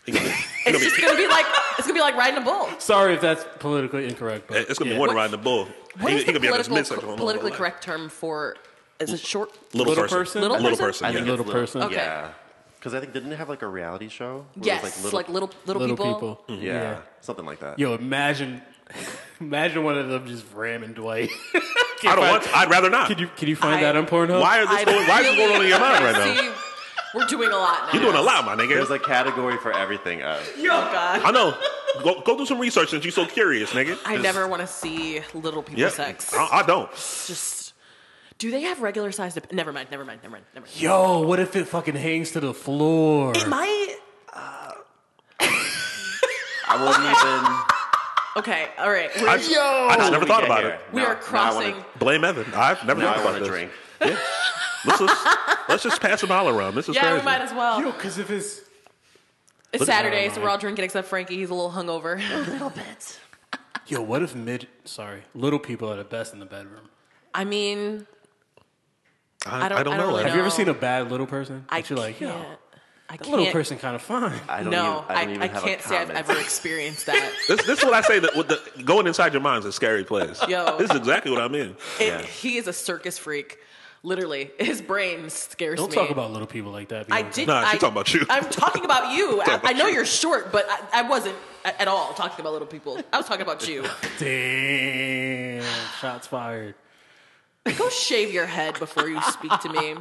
C: He gonna be- he gonna
B: It's
C: be-
B: just gonna be like it's gonna be like riding a bull.
A: Sorry if that's politically incorrect, but
C: eh, It's gonna
A: yeah.
C: be one riding the bull.
B: What
C: he,
B: is
C: he
B: the
C: gonna be out of his
B: political,
C: midsection all
B: politically
C: over.
B: correct term for? Is it short?
C: Little,
A: Little
C: person.
A: person?
B: Little
C: Little
B: person?
C: person.
D: I think
C: yeah.
A: Little
D: it's
A: person? Okay.
D: Yeah. Because I think didn't it have like a reality show? Where it was,
B: yes, like little little,
A: little
B: people.
A: people.
C: Mm-hmm.
D: yeah, something like that.
A: Yo, imagine, [LAUGHS] imagine one of them just ramming
B: [LAUGHS]
A: Dwight.
C: I don't want. I'd rather not.
A: Can you can you find
B: I-
A: that on Pornhub?
C: why are
B: I
C: this going? Why is
B: really-
C: this going on in your mind right
B: okay,
C: now?
B: see, We're doing a lot now.
C: You're doing a lot, my
D: There's
C: nigga.
D: a category for everything. uh, Of.
B: Oh God.
C: I know. Go go do some research since you're so curious, nigga.
B: I never want to see little people
C: Yeah. Uh-huh.
B: sex.
C: I, I don't.
B: Just do they have regular sized? Never mind. Never mind. Never mind. Never mind.
A: Yo, what if it fucking hangs to the floor?
B: It might.
D: I
A: [LAUGHS]
D: wouldn't even.
B: Okay. All right. We're,
C: I, I just never
D: We
C: thought
D: get
C: about
D: here.
C: it.
B: we
D: Now-
B: are
D: now I wanna-
B: crossing.
C: Blame Evan. I've never
D: Now
C: thought
D: I
C: about
D: want
C: this.
D: to drink.
C: Yeah. Let's just let's just pass a mile around. This is
B: yeah,
C: crazy.
B: we might as well.
A: Yo, because if it's
B: it's
C: Look-
B: Saturday, so we're all drinking except Frankie. He's a little hungover. A [LAUGHS] little bit.
A: yo, what if mid? Sorry, little people are the best in the bedroom.
B: I mean,
C: I,
B: I don't-
C: I don't
B: I don't
C: know.
B: really
C: Evan.
A: Have you ever
B: No.
A: seen a bad little person?
B: I
A: That you're like, yo,
B: can't- I
A: that
B: can't.
A: little person kind of fine.
D: I don't
B: no,
D: even, I, don't even have a
B: can't say I've
D: comment.
B: ever experienced
D: [LAUGHS]
B: that.
C: This, this is what I say that with the going inside your mind is a scary place.
B: Yo.
C: This is exactly what I'm in.
B: It-
D: Yeah.
B: He is a circus freak. Literally, his brain
A: [LAUGHS]
B: scares
A: Don't
B: me.
A: talk about little people like that.
B: I
A: because-
B: did.
C: Nah,
B: I,
C: she talking about you.
B: I'm talking about
C: [LAUGHS]
B: you. I,
C: about
B: I know
C: you.
B: you. are short, but I, I wasn't a- at all talking about little people. I was talking about
D: [LAUGHS]
B: you.
A: Damn, shots fired.
B: Go shave your head before you speak to me.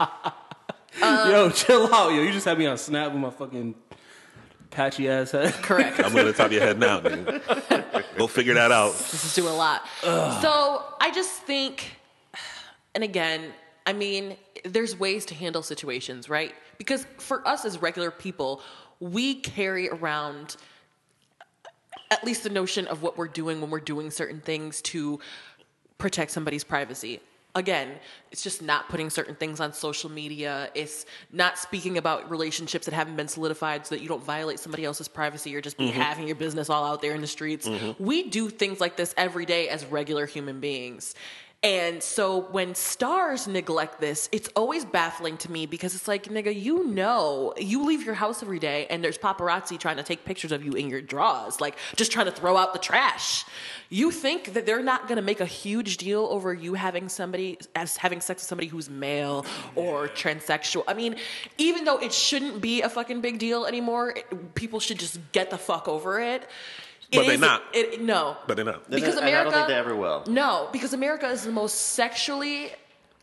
B: Uh,
A: yo, chill out, yo. You just had me on snap with my fucking patchy ass head. [LAUGHS]
B: Correct.
C: I'm going to top of your head now, nigga. Go figure that out.
B: This is doing a lot. So I just think, and again, I mean, there's ways to handle situations, right? Because for us as regular people, we carry around at least the notion of what we're doing when we're doing certain things to protect somebody's privacy. Again, it's just not putting certain things on social media. It's not speaking about relationships that haven't been solidified so that you don't violate somebody else's privacy or just be having your business all out there in the streets. We do things like this every day as regular human beings. And so when stars neglect this, it's always baffling to me because it's like, nigga, you know, you leave your house every day and there's paparazzi trying to take pictures of you in your drawers, like just trying to throw out the trash. You think that they're not going to make a huge deal over you having somebody as having sex with somebody who's male or transsexual. I mean, even though it shouldn't be a fucking big deal anymore, it- people should just get the fuck over it.
C: But
B: It
C: they
B: is-
C: not.
B: It, no.
C: But they're not.
B: Because
D: And I don't
B: America-
D: think they ever will.
B: No, because America is the most sexually,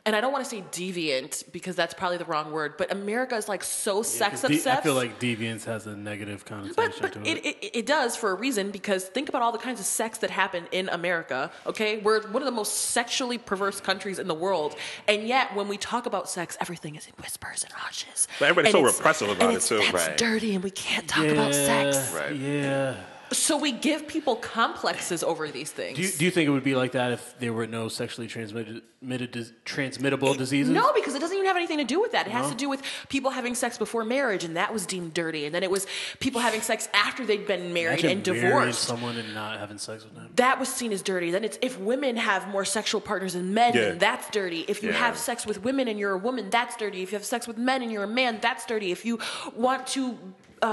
B: and I don't want to say deviant because that's probably the wrong word, but America is like so sex
A: De-
B: obsessed.
A: I feel like deviance has a negative connotation
B: But, but
A: to it.
B: it, it, it does for a reason because think about all the kinds of sex that happen in America, okay? We're one of the most sexually perverse countries in the world. And yet, when we talk about sex, everything is in whispers and hushes.
C: But everybody's
B: And
C: so
B: it's-
C: repressive about
B: and
C: it
B: it's-
C: too.
B: That's
D: Right.
B: dirty and we can't talk about sex.
D: Right.
A: Yeah.
B: So we give people complexes over these things.
A: Do you, do you think it would be like that if there were no sexually transmitted, mitted dis- transmittable diseases?
B: No, because it doesn't even have anything to do with that. It has
A: No?
B: to do with people having sex before marriage, and that was deemed dirty. And then it was people having sex after they'd been married
A: Imagine
B: and
A: marrying
B: divorced.
A: someone and not having sex with them.
B: that was seen as dirty. Then it's if women have more sexual partners than men,
C: Yeah.
B: then that's dirty. If you
D: Yeah.
B: have sex with women and you're a woman, that's dirty. If you have sex with men and you're a man, that's dirty. If you want to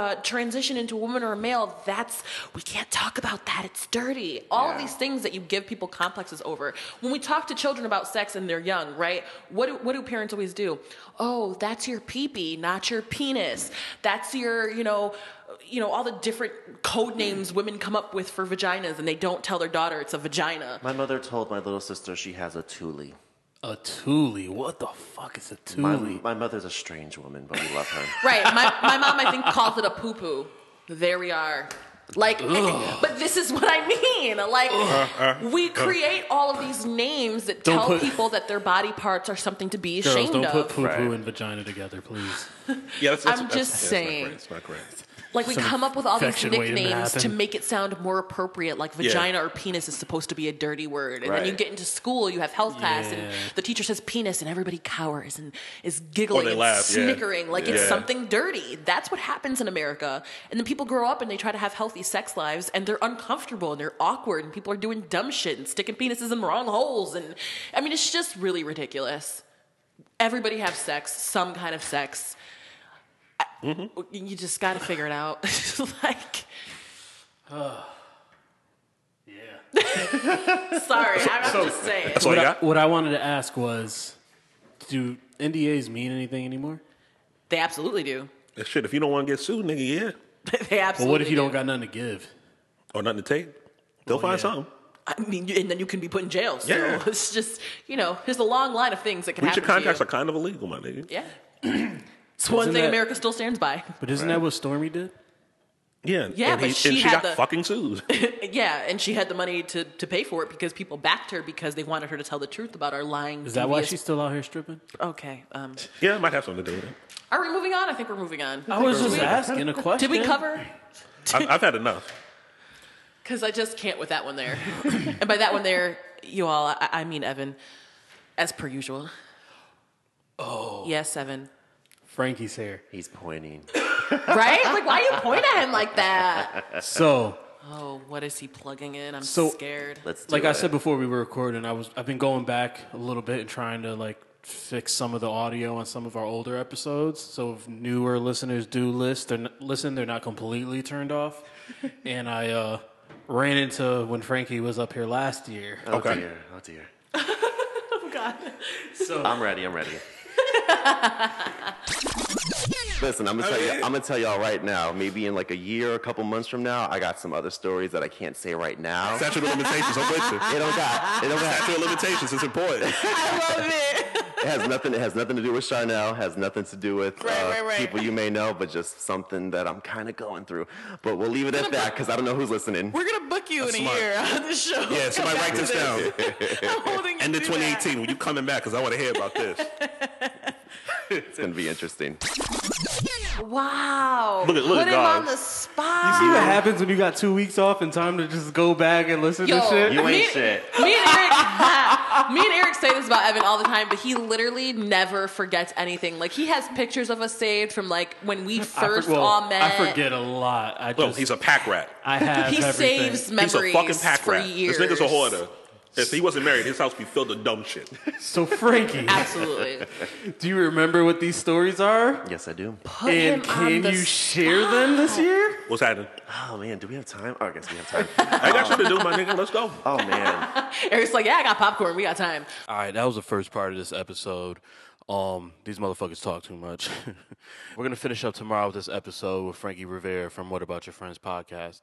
B: uh, transition into a woman or a male, that's we can't talk about that. It's dirty. All of
D: Yeah.
B: these things that you give people complexes over. When we talk to children about sex and they're young, right? What do, what do parents always do? Oh, that's your peepee, not your penis. That's your you know. You know all the different code names women come up with for vaginas, and they don't tell their daughter it's a vagina.
D: My mother told my little sister she has a tule.
A: A tule. What the fuck is a tule?
D: My, my mother's a strange woman, but we love her.
B: Right. My, my mom, I think, calls it a poo poo. There we are. Like, but this is what I mean. Like, we create all of these names that
A: Uh, Don't
B: tell
A: put-
B: people that their body parts are something to be
A: Girls,
B: ashamed
A: don't
B: of.
A: put poo poo
D: Right.
A: and vagina together, please.
C: Yeah, that's, that's,
B: I'm
C: that's-
B: just
C: yeah,
B: saying.
C: It's not correct. It's not correct.
B: like, we
A: some
B: come up with all these
A: affection way to
B: nicknames to
A: happen.
B: make it sound more appropriate. Like, vagina or penis is supposed to be a dirty word. And then you
D: Right.
B: get into school, you have health class, and
A: Yeah.
B: the teacher says penis, and everybody cowers and is giggling
C: they
B: and
C: laugh, yeah.
B: snickering. Like, it's
C: Yeah.
B: something dirty. That's what happens in America. And then people grow up and they try to have healthy sex lives, and they're uncomfortable and they're awkward, and people are doing dumb shit and sticking penises in wrong holes. And I mean, it's just really ridiculous. Everybody have sex, some kind of sex. I- You just got to figure it out. [LAUGHS] like,
A: [SIGHS] yeah.
B: [LAUGHS] sorry, I'm just saying.
C: That's all
A: What
C: you
A: I,
C: got?
A: what I wanted to ask was, do NDAs mean anything anymore?
B: They absolutely do. [LAUGHS]
C: Shit, if you don't want to get sued, nigga, yeah.
B: they absolutely.
A: But what if you
B: do.
A: don't got nothing to give?
C: Or nothing to take. They'll find
A: yeah.
C: something.
B: I mean, you- and then you can be put in jail. So
C: Yeah.
B: [LAUGHS] it's just you know, there's a long line of things that can
C: Breach of
B: happen. to you.
C: contracts are kind of illegal, my nigga.
A: [CLEARS THROAT]
B: Yeah. It's one
A: Isn't
B: thing
A: that-
B: America still stands by.
A: But isn't that what Stormy did?
C: Yeah, and-
B: Yeah,
C: and,
B: but
C: he,
B: she
C: and she
B: had
C: got
B: the- [LAUGHS]
C: fucking sued.
B: yeah, and she had the money to, to pay for it because people backed her because they wanted her to tell the truth about our lying.
A: Is that why she's still out here stripping?
B: Okay. Um,
C: yeah, it might have something to do with it.
B: are we moving on? I think we're moving on.
A: I was just
B: Did we-
A: asking a question.
B: Did we cover?
C: I've, I've had enough.
B: Because I just can't with that one there. [LAUGHS] and by that one there, you all, I, I mean Evan, as per usual. Oh. Yes, Evan.
A: Frankie's here.
D: He's pointing.
B: Right? Like, why you point at him like that?
A: So,
B: Oh, what is he plugging in? I'm
A: So-
B: scared.
D: Let's do
A: like
D: it.
A: I said before we were recording, I was I've been going back a little bit and trying to like fix some of the audio on some of our older episodes. So if newer listeners do list, they're n listen, they're not completely turned [LAUGHS] off. and I uh, ran into when Frankie was up here last year.
D: Oh
C: Okay.
D: dear. Oh dear.
B: [LAUGHS] Oh, God.
D: I'm ready.
B: [LAUGHS]
D: I'm ready. Listen, I'm gonna tell you. I'm gonna tell y'all right now. Maybe in like a year, a couple months from now, I got some other stories that I can't say right now. It
C: Statute of limitations. I'm with you.
D: don't got. It don't got.
C: Statute of limitations. It's important.
D: It has nothing. It has nothing to do with Charnel. Has nothing to do with
B: Right,
D: uh,
B: right, right.
D: people you may know, but just something that I'm kind of going through. But we'll leave it at that because I don't know who's
B: [LAUGHS]
D: listening.
B: We're going to book you in
C: smart.
B: a year on the show.
C: Yeah, somebody write this down.
B: [LAUGHS] I'm holding you
C: End of
B: to that.
C: 2018. When you coming back? Because I want to hear about this.
D: It's gonna be interesting.
B: Wow.
C: Look at- look at
B: Put him
C: God.
B: on the spot.
A: See what happens when you got two weeks off and time to just go back and listen to shit?
D: You
B: me,
D: ain't shit.
B: [LAUGHS] Me and Eric, me and Eric [LAUGHS] say this about Evan all the time, but he literally never forgets anything. Like he has pictures of us saved from like when we
A: I for-
B: first
A: well,
B: all met.
A: I forget a lot. I
C: Well,
A: just
C: he's a pack rat.
A: I have
B: He
A: everything.
B: saves memories
C: He's a fucking pack
B: for
C: rat.
B: years.
C: This nigga's a hoarder. If he wasn't married, his house be filled with dumb shit.
A: So
B: [LAUGHS]
A: Frankie, [LAUGHS]
B: Absolutely.
A: do you remember what these stories are?
D: Yes, I do.
B: Put
A: and
B: him on
A: can
B: the
A: you share them this year?
C: What's happening?
D: Oh man, do we have time? Oh, I guess we have time. [LAUGHS]
C: I got shit to do, my nigga. Let's go.
D: Oh man,
B: Eric's like, yeah, I got popcorn. We got time.
A: All right, that was the first part of this episode. Um, these motherfuckers talk too much. [LAUGHS] We're gonna finish up tomorrow with this episode with Frankie Rivera from What About Your Friends podcast.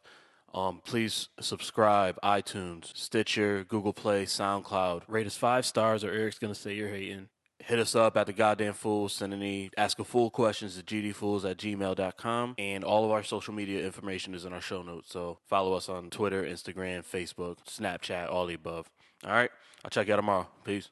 A: Um, please subscribe, iTunes, Stitcher, Google Play, SoundCloud. Rate us five stars, or Eric's gonna say you're hating. Hit us up at the goddamn fool. Send any ask a fool questions to gdfools at gmail.com. And all of our social media information is in our show notes. So follow us on Twitter, Instagram, Facebook, Snapchat, all the above. All right. I'll check you out tomorrow. Peace.